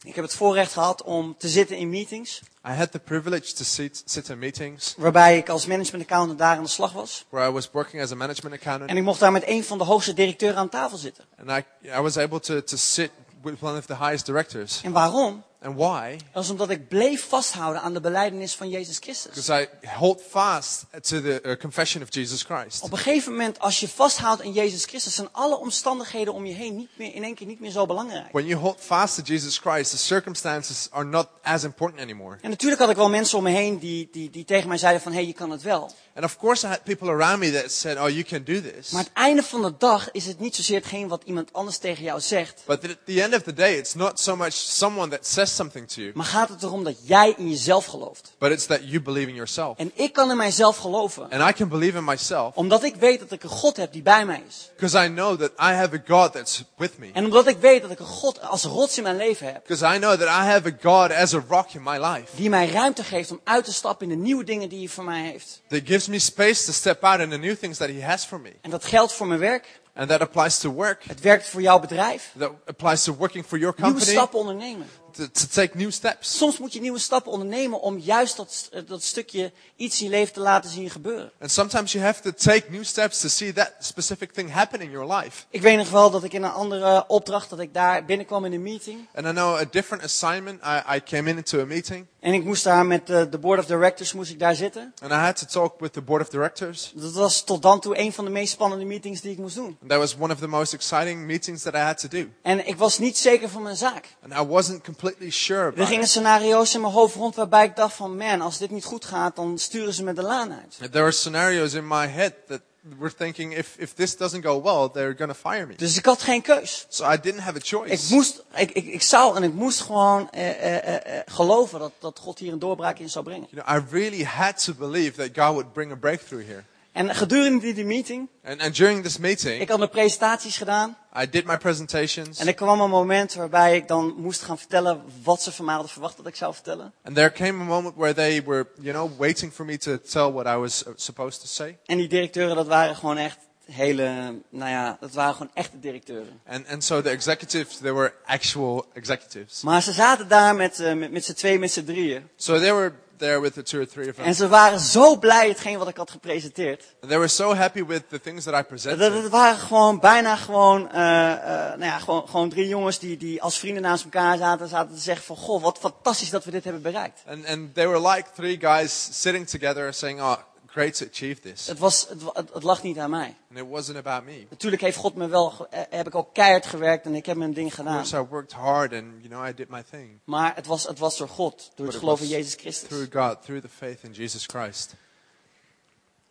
Speaker 1: Ik heb het voorrecht gehad om te zitten in meetings,
Speaker 2: I had the privilege to sit, sit in meetings
Speaker 1: waarbij ik als management accountant daar aan de slag was.
Speaker 2: where I was working as a management accountant
Speaker 1: En ik mocht daar met een van de hoogste directeuren aan tafel zitten.
Speaker 2: and I, I was able to, to sit with one of the highest directors.
Speaker 1: En waarom?
Speaker 2: And why?
Speaker 1: Dat is omdat ik bleef vasthouden aan de beleidenis van Jezus Christus.
Speaker 2: Because I hold fast to the uh, confession of Jesus Christ.
Speaker 1: Op een gegeven moment, als je vasthoudt aan Jezus Christus, zijn alle omstandigheden om je heen niet meer, in één keer niet meer zo belangrijk.
Speaker 2: When you hold fast to Jesus Christ, the circumstances are not as important anymore.
Speaker 1: En natuurlijk had ik wel mensen om me heen die, die, die tegen mij zeiden van, hé, hey, je kan het wel.
Speaker 2: And of course, I had people around me that said, "Oh, you can do this."
Speaker 1: Maar het einde van de dag is het niet zozeer hetgeen wat iemand anders tegen jou zegt.
Speaker 2: But at the end of the day, it's not so much someone that says something to you,
Speaker 1: Maar gaat het erom dat jij in jezelf gelooft.
Speaker 2: but it's that you believe in yourself.
Speaker 1: En ik kan in mijzelf geloven.
Speaker 2: And I can believe in myself
Speaker 1: Omdat ik weet dat ik een God heb die bij mij is.
Speaker 2: because I know that I have a God that's with me.
Speaker 1: En omdat ik weet dat ik een God als rots in mijn leven heb.
Speaker 2: Because I know that I have a God as a rock in my life
Speaker 1: Die mij ruimte geeft om uit te stappen in de nieuwe dingen die hij voor mij heeft.
Speaker 2: that gives me space to step out in the new things that He has for me.
Speaker 1: En dat geldt voor mijn werk.
Speaker 2: And that applies to work.
Speaker 1: Het werkt voor jouw bedrijf.
Speaker 2: That applies to working for your
Speaker 1: Nieuwe
Speaker 2: company
Speaker 1: stappen ondernemen.
Speaker 2: to, to take new steps.
Speaker 1: Soms moet je nieuwe stappen ondernemen om juist dat, dat stukje iets in je leven te laten zien gebeuren.
Speaker 2: And sometimes you have to take new steps to see that specific thing happen in your life.
Speaker 1: Ik weet nog wel dat ik in een andere eh, opdracht, dat ik daar binnenkwam in een meeting.
Speaker 2: And I know a different assignment. I, I came in into a meeting
Speaker 1: En ik moest daar met eh, de board of directors moest ik daar zitten.
Speaker 2: and I had to talk with the board of directors.
Speaker 1: Dat was tot dan toe een van de meest spannende meetings die ik moest doen.
Speaker 2: And that was one of the most exciting meetings that I had to do.
Speaker 1: En ik was niet zeker van mijn zaak.
Speaker 2: And I wasn't completely sure
Speaker 1: Er
Speaker 2: about
Speaker 1: gingen
Speaker 2: it.
Speaker 1: scenario's in mijn hoofd rond waarbij ik dacht van man, als dit niet goed gaat, dan sturen ze me de laan uit.
Speaker 2: There were scenarios in my head that were thinking if, if this doesn't go well, they're going to fire me.
Speaker 1: Dus ik had geen keus.
Speaker 2: So I didn't have a
Speaker 1: Ik
Speaker 2: choice.
Speaker 1: moest, ik, ik, ik zou en ik moest gewoon eh, eh, eh, eh, geloven dat, dat God hier een doorbraak in zou brengen.
Speaker 2: You know, I really had to believe that God would bring a breakthrough here.
Speaker 1: En gedurende die, die meeting,
Speaker 2: And, and during this meeting,
Speaker 1: ik had mijn presentaties gedaan.
Speaker 2: I did my presentations.
Speaker 1: En er kwam een moment waarbij ik dan moest gaan vertellen wat ze van mij hadden verwacht dat ik zou vertellen.
Speaker 2: And there came a moment where they were, you know, waiting for me to tell what I was uh, supposed to say.
Speaker 1: En die directeuren, dat waren gewoon echt hele, nou ja, dat waren gewoon echte directeuren.
Speaker 2: And, and so the executives, they were actual executives.
Speaker 1: Maar ze zaten daar met, eh, met, met z'n twee, met z'n drieën.
Speaker 2: So they were there with the two or three of them.
Speaker 1: En ze waren zo blij hetgeen wat ik had gepresenteerd.
Speaker 2: And they were so happy with the things that I
Speaker 1: Dat dat-
Speaker 2: presented.
Speaker 1: het waren gewoon bijna gewoon, eh, eh, nou ja, gewoon, gewoon drie jongens die, die als vrienden naast elkaar zaten. Zaten te zeggen van, goh, wat fantastisch dat we dit hebben bereikt.
Speaker 2: And, and they were like three guys sitting together saying, oh, great to achieve this.
Speaker 1: Het, was, het, wa- het, het lag niet aan mij.
Speaker 2: And it wasn't about me.
Speaker 1: Natuurlijk heeft God me wel, ge- eh, heb ik ook keihard gewerkt en ik heb mijn ding
Speaker 2: Of
Speaker 1: gedaan.
Speaker 2: course, I worked hard and, you know, I did my thing.
Speaker 1: Maar het was, het was door God, door het
Speaker 2: it
Speaker 1: geloof in
Speaker 2: was
Speaker 1: Jezus
Speaker 2: Through
Speaker 1: Christus.
Speaker 2: God, through the faith in Jesus Christ.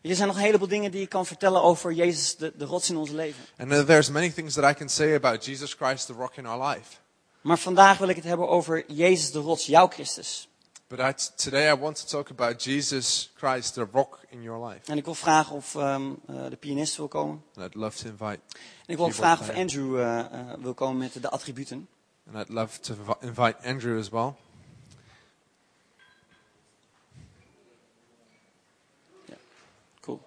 Speaker 1: Er zijn nog een heleboel dingen die ik kan vertellen over Jezus, de, de rots in ons leven.
Speaker 2: And uh, there's many things that I can say about Jesus Christ, the rock in our life.
Speaker 1: Maar vandaag wil ik het hebben over Jezus de rots, jouw Christus.
Speaker 2: But I, today I want to talk about Jesus Christ, the rock in your life.
Speaker 1: En ik wil vragen of ehm, eh, de pianist wil komen.
Speaker 2: And I'd love to invite,
Speaker 1: En ik wil ook
Speaker 2: Keyboard
Speaker 1: vragen of
Speaker 2: player.
Speaker 1: Andrew eh, eh, wil komen met de attributen.
Speaker 2: and I'd love to invi- invite Andrew as well.
Speaker 1: Cool.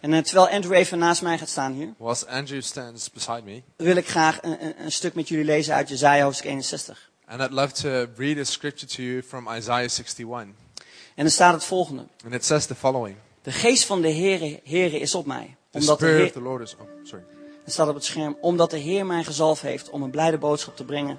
Speaker 1: En eh, terwijl Andrew even naast mij gaat staan hier,
Speaker 2: Whilst Andrew stands beside me,
Speaker 1: wil ik graag een, een, een stuk met jullie lezen uit Jezaja hoofdstuk 61.
Speaker 2: and I'd love to read a scripture to you from Isaiah 61.
Speaker 1: En dan staat het volgende.
Speaker 2: And it says the following
Speaker 1: De geest van de Heere, Heere is op mij.
Speaker 2: The
Speaker 1: Omdat de
Speaker 2: Spirit
Speaker 1: Heer,
Speaker 2: of the Lord is. Oh, sorry.
Speaker 1: het staat op het scherm. Omdat de Heer mij gezalf heeft om een blijde boodschap te brengen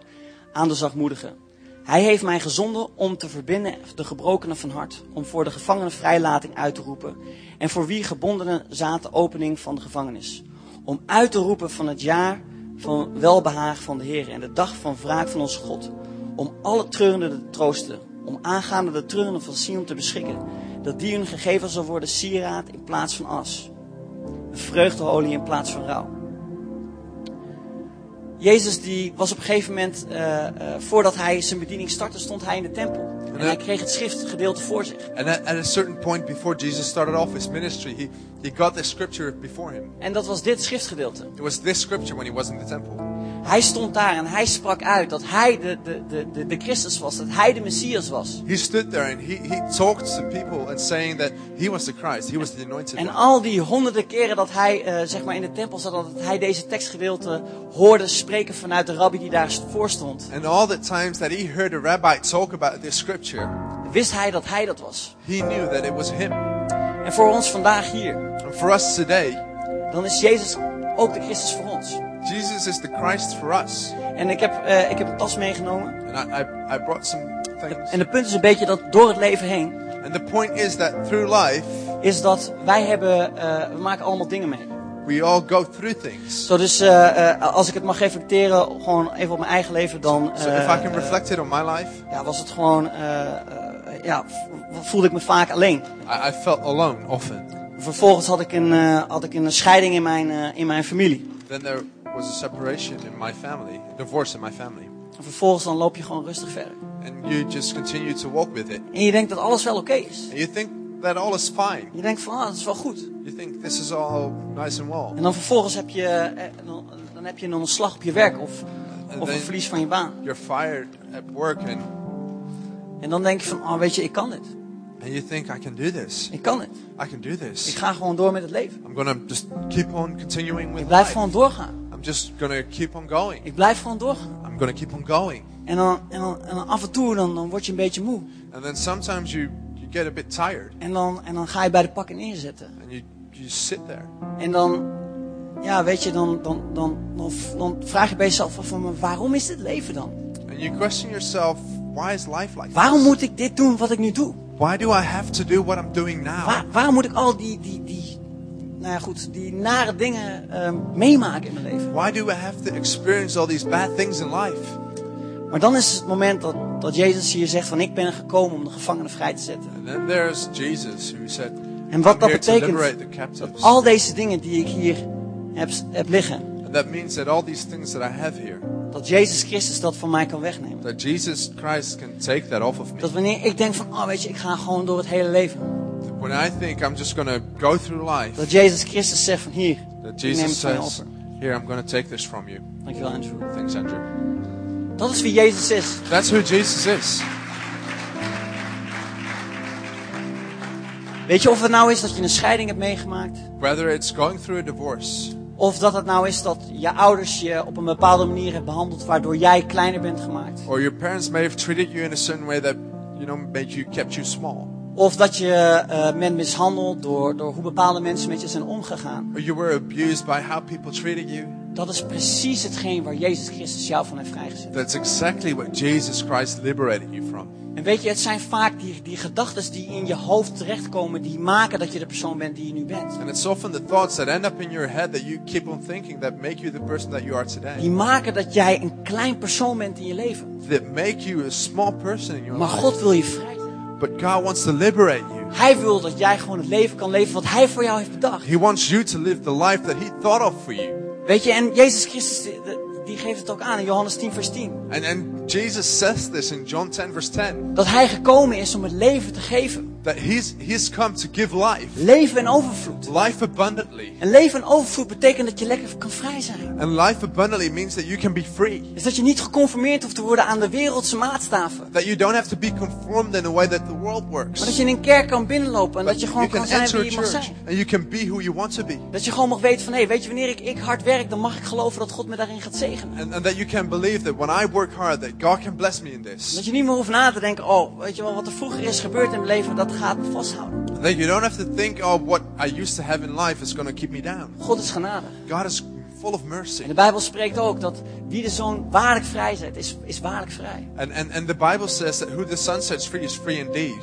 Speaker 1: aan de zachtmoedigen. Hij heeft mij gezonden om te verbinden de gebrokenen van hart. Om voor de gevangenen vrijlating uit te roepen. En voor wie gebondenen zaten opening van de gevangenis. Om uit te roepen van het jaar van welbehaag van de Heer. En de dag van wraak van onze God. Om alle treurenden te troosten. Om aangaande de treurenden van Sion te beschikken. Dat die hun gegeven zal worden sieraad in plaats van as. Een vreugdeolie in plaats van rouw. Jezus die was op een gegeven moment, eh, eh, voordat hij zijn bediening startte, stond hij in de tempel. En hij kreeg het schriftgedeelte voor zich.
Speaker 2: And at, at a certain point before Jesus started off his ministry, he, he got this scripture before him.
Speaker 1: En dat was dit schriftgedeelte.
Speaker 2: It was this scripture when he was in the temple.
Speaker 1: Hij stond daar en hij sprak uit dat hij de, de, de, de, de Christus was, dat hij de Messias was.
Speaker 2: He stood there and he, he talked to people and saying that he was the Christ, he was the anointed
Speaker 1: En
Speaker 2: one.
Speaker 1: al die honderden keren dat hij eh, zeg maar in de tempel zat, dat hij deze tekstgedeelte hoorde spreken vanuit de rabbi die daar voor stond,
Speaker 2: And all the times that he heard a rabbi talk about this scripture,
Speaker 1: wist hij dat hij dat was.
Speaker 2: he knew that it was him.
Speaker 1: En voor ons vandaag hier,
Speaker 2: And for us today,
Speaker 1: dan is Jezus ook de Christus voor ons.
Speaker 2: Jesus is the Christ for us.
Speaker 1: En ik heb, eh, ik heb een tas meegenomen.
Speaker 2: And I, I, I brought some things.
Speaker 1: En het punt is een beetje dat door het leven heen
Speaker 2: And the point is that through life,
Speaker 1: is dat wij hebben, eh, we maken allemaal dingen mee.
Speaker 2: we all go through things.
Speaker 1: Zo dus eh, eh, als ik het mag reflecteren, gewoon even op mijn eigen leven, dan
Speaker 2: So
Speaker 1: eh,
Speaker 2: if I can reflect it on my life,
Speaker 1: ja, was het gewoon, eh, eh, ja, vo- voelde ik me vaak alleen.
Speaker 2: I, I felt alone often.
Speaker 1: Vervolgens had ik een, eh, had ik een scheiding in mijn, eh, in mijn familie.
Speaker 2: Then there was a separation in my family, a divorce in my family.
Speaker 1: En vervolgens dan loop je gewoon rustig verder.
Speaker 2: And you just continue to walk with it.
Speaker 1: En je denkt dat alles wel oké is.
Speaker 2: And you think that all is fine.
Speaker 1: Je denkt van, ah, dat is wel goed.
Speaker 2: You think this is all nice and well.
Speaker 1: En dan vervolgens heb je, eh, dan, dan heb je een ontslag op je werk of, of een verlies van je baan.
Speaker 2: You're fired at work and,
Speaker 1: En dan denk je van, oh weet je, ik kan dit.
Speaker 2: and you think, I can do this.
Speaker 1: Ik kan het.
Speaker 2: I can do
Speaker 1: Ik
Speaker 2: this.
Speaker 1: ga gewoon door met het leven.
Speaker 2: I'm gonna just keep on continuing
Speaker 1: Ik
Speaker 2: with
Speaker 1: blijf
Speaker 2: life.
Speaker 1: gewoon doorgaan.
Speaker 2: I'm just gonna keep on going.
Speaker 1: Ik blijf gewoon doorgaan.
Speaker 2: I'm gonna keep on going.
Speaker 1: En dan, en dan, en dan af en toe dan, dan word je een beetje moe.
Speaker 2: And then sometimes you, you get a bit tired
Speaker 1: En dan, en dan ga je bij de pakken neerzetten.
Speaker 2: and you, you sit there.
Speaker 1: En dan, ja weet je, dan, dan, dan, dan, dan vraag je bij jezelf af van, maar waarom is dit leven dan?
Speaker 2: And you question yourself, why is life like
Speaker 1: Waarom
Speaker 2: this?
Speaker 1: moet ik dit doen wat ik nu doe?
Speaker 2: Why do I have to do what I'm doing now?
Speaker 1: Waar, waarom moet ik al die, die, die, nou ja goed, die nare dingen ehm, meemaken in mijn leven?
Speaker 2: Why do I have to experience all these bad things in life?
Speaker 1: Maar dan is het moment dat, dat Jezus hier zegt van, ik ben gekomen om de gevangenen vrij te zetten.
Speaker 2: And then there's Jesus who said,
Speaker 1: En wat
Speaker 2: I'm
Speaker 1: dat
Speaker 2: here to liberate the
Speaker 1: betekent,
Speaker 2: captives.
Speaker 1: al deze dingen die ik hier heb, heb liggen,
Speaker 2: And that means that all these things that I have here,
Speaker 1: dat Jezus Christus dat van mij kan wegnemen.
Speaker 2: that Jesus Christ can take that off of me.
Speaker 1: Dat wanneer ik denk van, oh weet je, ik ga gewoon door het hele leven.
Speaker 2: When I think I'm just going to go through life,
Speaker 1: Dat Jezus Christus zegt van, hier,
Speaker 2: that
Speaker 1: ik neem het
Speaker 2: Jesus
Speaker 1: van je
Speaker 2: says,
Speaker 1: over.
Speaker 2: here, I'm going to take this from you.
Speaker 1: Dankjewel Andrew.
Speaker 2: Thanks, Andrew.
Speaker 1: Dat is wie Jezus is.
Speaker 2: That's who Jesus is.
Speaker 1: Weet je of het nou is dat je een scheiding hebt meegemaakt,
Speaker 2: Whether it's going through a divorce,
Speaker 1: of dat het nou is dat je ouders je op een bepaalde manier hebben behandeld waardoor jij kleiner bent gemaakt.
Speaker 2: or your parents may have treated you in a certain way that, you know, made you, kept you small,
Speaker 1: Of dat je eh men mishandelt door, door hoe bepaalde mensen met je zijn omgegaan.
Speaker 2: or you were abused by how people treated you.
Speaker 1: Dat is precies hetgeen waar Jezus Christus jou van heeft vrijgezet.
Speaker 2: That's exactly what Jesus Christ liberated you from.
Speaker 1: En weet je, het zijn vaak die, die gedachten die in je hoofd terechtkomen, die maken dat je de persoon bent die je nu bent.
Speaker 2: And it's often the thoughts that end up in your head that you keep on thinking that make you the person that you are today,
Speaker 1: Die maken dat jij een klein persoon bent in je leven.
Speaker 2: that make you a small person in your
Speaker 1: Maar
Speaker 2: life.
Speaker 1: God wil je vrij. zetten.
Speaker 2: But God wants to liberate you.
Speaker 1: Hij wil dat jij gewoon het leven kan leven wat Hij voor jou heeft bedacht.
Speaker 2: He wants you to live the life that He thought of for you.
Speaker 1: Weet je, en Jezus Christus, die- die- die geeft het ook aan in Johannes 10, vers 10.
Speaker 2: And, and Jesus says this in John 10, verse 10.
Speaker 1: Dat Hij gekomen is om het leven te geven.
Speaker 2: that he's, he's come to give life,
Speaker 1: Leven in overvloed.
Speaker 2: life abundantly.
Speaker 1: En leven in overvloed betekent dat je lekker kan vrij zijn.
Speaker 2: And life abundantly means that you can be free,
Speaker 1: Dus dat je niet geconformeerd hoeft te worden aan de wereldse maatstaven.
Speaker 2: that you don't have to be conformed in the way that the world
Speaker 1: Maar
Speaker 2: works.
Speaker 1: dat je in een kerk kan binnenlopen en
Speaker 2: But
Speaker 1: dat je gewoon
Speaker 2: you
Speaker 1: kan
Speaker 2: can
Speaker 1: zijn
Speaker 2: enter
Speaker 1: wie
Speaker 2: a
Speaker 1: je mag
Speaker 2: church
Speaker 1: zijn.
Speaker 2: and you can be who you want to be.
Speaker 1: Dat je gewoon mag weten van, hé, weet je, wanneer ik, ik hard werk, dan mag ik geloven dat God me daarin gaat zegenen.
Speaker 2: And, and that you can believe that when I work hard, that God can bless me in
Speaker 1: Dat
Speaker 2: this.
Speaker 1: je niet meer hoeft na te denken, oh, weet je wel, wat er vroeger is gebeurd in mijn leven, dat gaat me vasthouden.
Speaker 2: That you don't have to think, oh, what I used to have in life is going to keep me down.
Speaker 1: God is genade.
Speaker 2: God is full of
Speaker 1: En
Speaker 2: mercy.
Speaker 1: de Bijbel spreekt ook dat wie de zoon waarlijk vrij zet, is, is waarlijk vrij.
Speaker 2: And, and, and the Bible says that who the sun sets free is free indeed.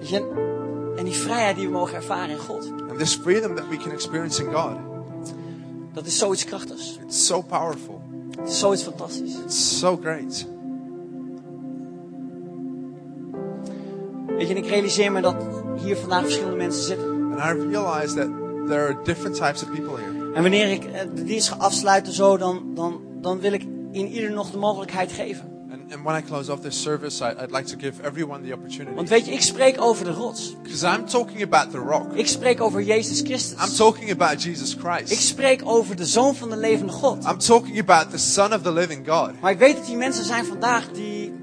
Speaker 1: Weet je, en die vrijheid die we mogen ervaren in God,
Speaker 2: And this freedom that we can experience in God,
Speaker 1: dat is zoiets krachtigs.
Speaker 2: it's so powerful.
Speaker 1: Het is zoiets fantastisch.
Speaker 2: It's so great.
Speaker 1: Weet je, en ik realiseer me dat hier vandaag verschillende mensen zitten.
Speaker 2: And I realize that there are different types of people here.
Speaker 1: En wanneer ik eh, de dienst ga afsluiten zo, dan, dan, dan wil ik in ieder nog de mogelijkheid geven.
Speaker 2: And, and when I close off this service, I, I'd like to give everyone the
Speaker 1: Want
Speaker 2: opportunity.
Speaker 1: weet je, ik spreek over de rots.
Speaker 2: Because I'm talking about the rock.
Speaker 1: Ik spreek over Jezus
Speaker 2: I'm
Speaker 1: Christus.
Speaker 2: talking about Jesus
Speaker 1: Ik
Speaker 2: Christ.
Speaker 1: spreek over de Zoon van de levende God.
Speaker 2: I'm talking about the Son of the living God.
Speaker 1: Maar ik weet dat die mensen zijn vandaag die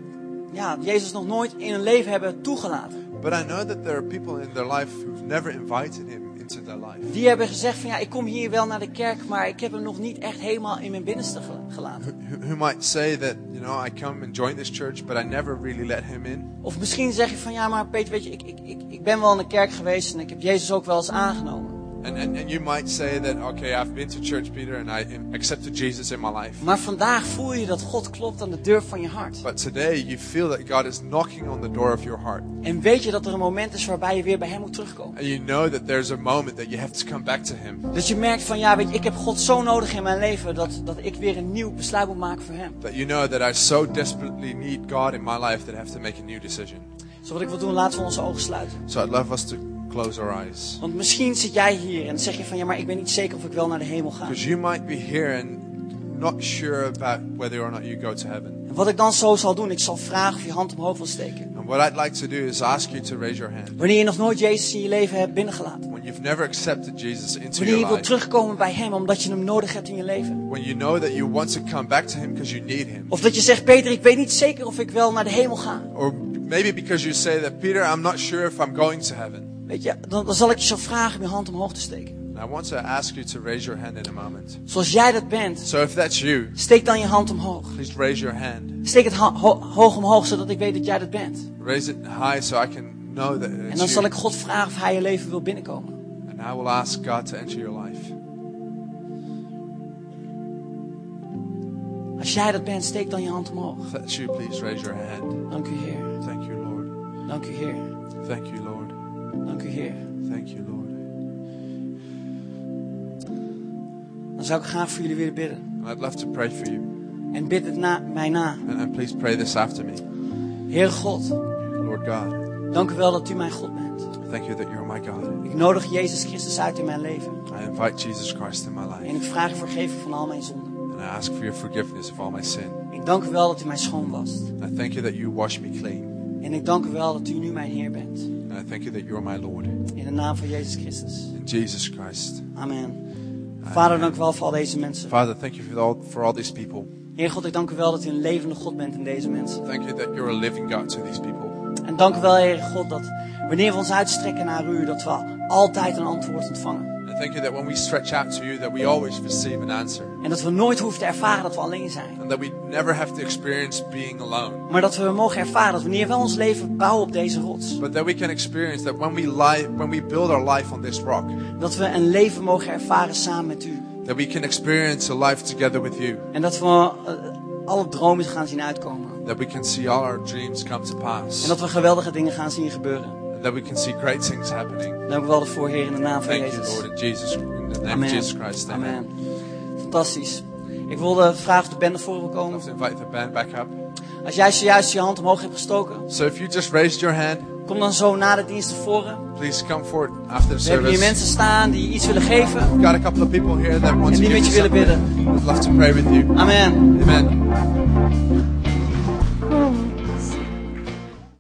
Speaker 1: ja, Jezus nog nooit in hun leven hebben toegelaten.
Speaker 2: But I know that there are people in their life who've never invited him into their life.
Speaker 1: Die hebben gezegd van ja, ik kom hier wel naar de kerk, maar ik heb hem nog niet echt helemaal in mijn binnenste ge- gelaten.
Speaker 2: Who, who might say that, you know, I come and join this church, but I never really let him in.
Speaker 1: Of misschien zeg je van ja, maar Peter, weet je, ik, ik, ik, ik ben wel in de kerk geweest en ik heb Jezus ook wel eens aangenomen.
Speaker 2: And, and, and you might say that, okay, I've been to church, Peter, and I accepted Jesus in my life.
Speaker 1: Maar vandaag voel je dat God klopt aan de deur van je hart.
Speaker 2: But today you feel that God is knocking on the door of your heart.
Speaker 1: En weet je dat er een moment is waarbij je weer bij Hem moet terugkomen.
Speaker 2: And you know that there's a moment that you have to come back to him.
Speaker 1: Dat je merkt van ja, weet je, ik heb God zo nodig in mijn leven dat, dat ik weer een nieuw besluit moet maken voor Hem.
Speaker 2: That you know that I so desperately need God in my life that I have to make a new decision.
Speaker 1: Dus wat ik wil doen, laten we onze ogen sluiten.
Speaker 2: So I'd love us to close our eyes.
Speaker 1: Want misschien zit jij hier en zeg je van ja, maar ik ben niet zeker of ik wel naar de hemel ga.
Speaker 2: Because you might be here and not sure about whether or not you go to heaven.
Speaker 1: En wat ik dan zo zal doen, ik zal vragen of je hand omhoog wil steken.
Speaker 2: And what I'd like to do is ask you to raise your hand.
Speaker 1: Wanneer je nog nooit Jezus in je leven hebt binnengelaten.
Speaker 2: When you've never accepted Jesus into
Speaker 1: Wanneer je
Speaker 2: your
Speaker 1: wilt
Speaker 2: life.
Speaker 1: terugkomen bij Hem omdat je Hem nodig hebt in je leven.
Speaker 2: When you know that you want to come back to him because you need him.
Speaker 1: Of dat je zegt, Peter, ik weet niet zeker of ik wel naar de hemel ga.
Speaker 2: Or maybe because you say that, Peter, I'm not sure if I'm going to heaven.
Speaker 1: Weet je, dan, dan zal ik je zo vragen om je hand omhoog te steken.
Speaker 2: And I want to ask you to raise your hand in a moment.
Speaker 1: Zoals jij dat bent,
Speaker 2: So if that's you,
Speaker 1: steek dan je hand omhoog.
Speaker 2: please raise your hand.
Speaker 1: Steek het ha- ho- hoog omhoog, zodat ik weet dat jij dat bent.
Speaker 2: Raise it high so I can know that
Speaker 1: En dan
Speaker 2: it's
Speaker 1: zal
Speaker 2: you.
Speaker 1: ik God vragen of Hij je leven wil binnenkomen.
Speaker 2: And I will ask God to enter your life.
Speaker 1: Als jij dat bent, steek dan je hand omhoog.
Speaker 2: If that's you, please raise your hand.
Speaker 1: Dank u Heer.
Speaker 2: Thank you, Lord.
Speaker 1: Dank u Heer.
Speaker 2: Thank you, Lord.
Speaker 1: Dank u Heer.
Speaker 2: Thank you, Lord.
Speaker 1: Dan zou ik graag voor jullie willen bidden.
Speaker 2: And I'd love to pray for you.
Speaker 1: En bid het na, mij na.
Speaker 2: And, and please pray this after me.
Speaker 1: Heere God,
Speaker 2: Lord God,
Speaker 1: dank u wel dat u mijn God bent.
Speaker 2: thank you that you're my God.
Speaker 1: Ik nodig Jezus Christus uit in mijn leven.
Speaker 2: I invite Jesus Christ in my
Speaker 1: En
Speaker 2: life.
Speaker 1: ik vraag u vergeving van al mijn zonden.
Speaker 2: And I ask for your forgiveness of all my sin.
Speaker 1: Ik dank u wel dat u mij schoon wast.
Speaker 2: I thank you that you wash me clean.
Speaker 1: En ik dank u wel dat u nu mijn Heer bent.
Speaker 2: And I thank you that you're my Lord. In
Speaker 1: In de naam van Jezus Christus.
Speaker 2: Jesus Christ.
Speaker 1: Amen. Vader, dank u wel voor al deze mensen.
Speaker 2: Father, thank you for all, for all these people.
Speaker 1: Heer God, ik dank u wel dat u een levende God bent in deze mensen.
Speaker 2: Thank you that you're a living God to these people.
Speaker 1: En dank u wel, Heer God, dat wanneer we ons uitstrekken naar u, dat we altijd een antwoord ontvangen.
Speaker 2: And thank you that when we stretch out to you, that we always receive an answer.
Speaker 1: En dat we nooit hoeven te ervaren dat we alleen zijn.
Speaker 2: And that we never have to experience being alone.
Speaker 1: Maar dat we mogen ervaren dat wanneer we ons leven bouwen op deze rots,
Speaker 2: But that we can experience that when we, li- when we build our life on this rock,
Speaker 1: dat we een leven mogen ervaren samen met u.
Speaker 2: that we can experience a life together with you.
Speaker 1: En dat we eh, alle dromen gaan zien uitkomen.
Speaker 2: That we can see all our dreams come to
Speaker 1: En
Speaker 2: pass.
Speaker 1: dat we geweldige dingen gaan zien gebeuren.
Speaker 2: And that we can see great things happening.
Speaker 1: Dank u wel ervoor, Heer, in de naam van
Speaker 2: Thank you,
Speaker 1: Jezus.
Speaker 2: Lord, in Jesus, in the name
Speaker 1: Amen.
Speaker 2: of Jesus Christ. Amen.
Speaker 1: Amen. Fantastisch. Ik wilde vragen of de band naar voren wil
Speaker 2: I'd
Speaker 1: komen.
Speaker 2: love to invite the band back up.
Speaker 1: Als jij zojuist je hand omhoog hebt gestoken,
Speaker 2: So if you just raised your hand,
Speaker 1: kom dan zo na de dienst naar voren.
Speaker 2: please come forward after the
Speaker 1: We hebben hier
Speaker 2: service.
Speaker 1: mensen staan die iets willen geven.
Speaker 2: We've got a couple of people here that want
Speaker 1: En
Speaker 2: to
Speaker 1: die
Speaker 2: give
Speaker 1: met
Speaker 2: you
Speaker 1: je willen
Speaker 2: something.
Speaker 1: bidden.
Speaker 2: We'd love to pray with you.
Speaker 1: Amen.
Speaker 2: Amen.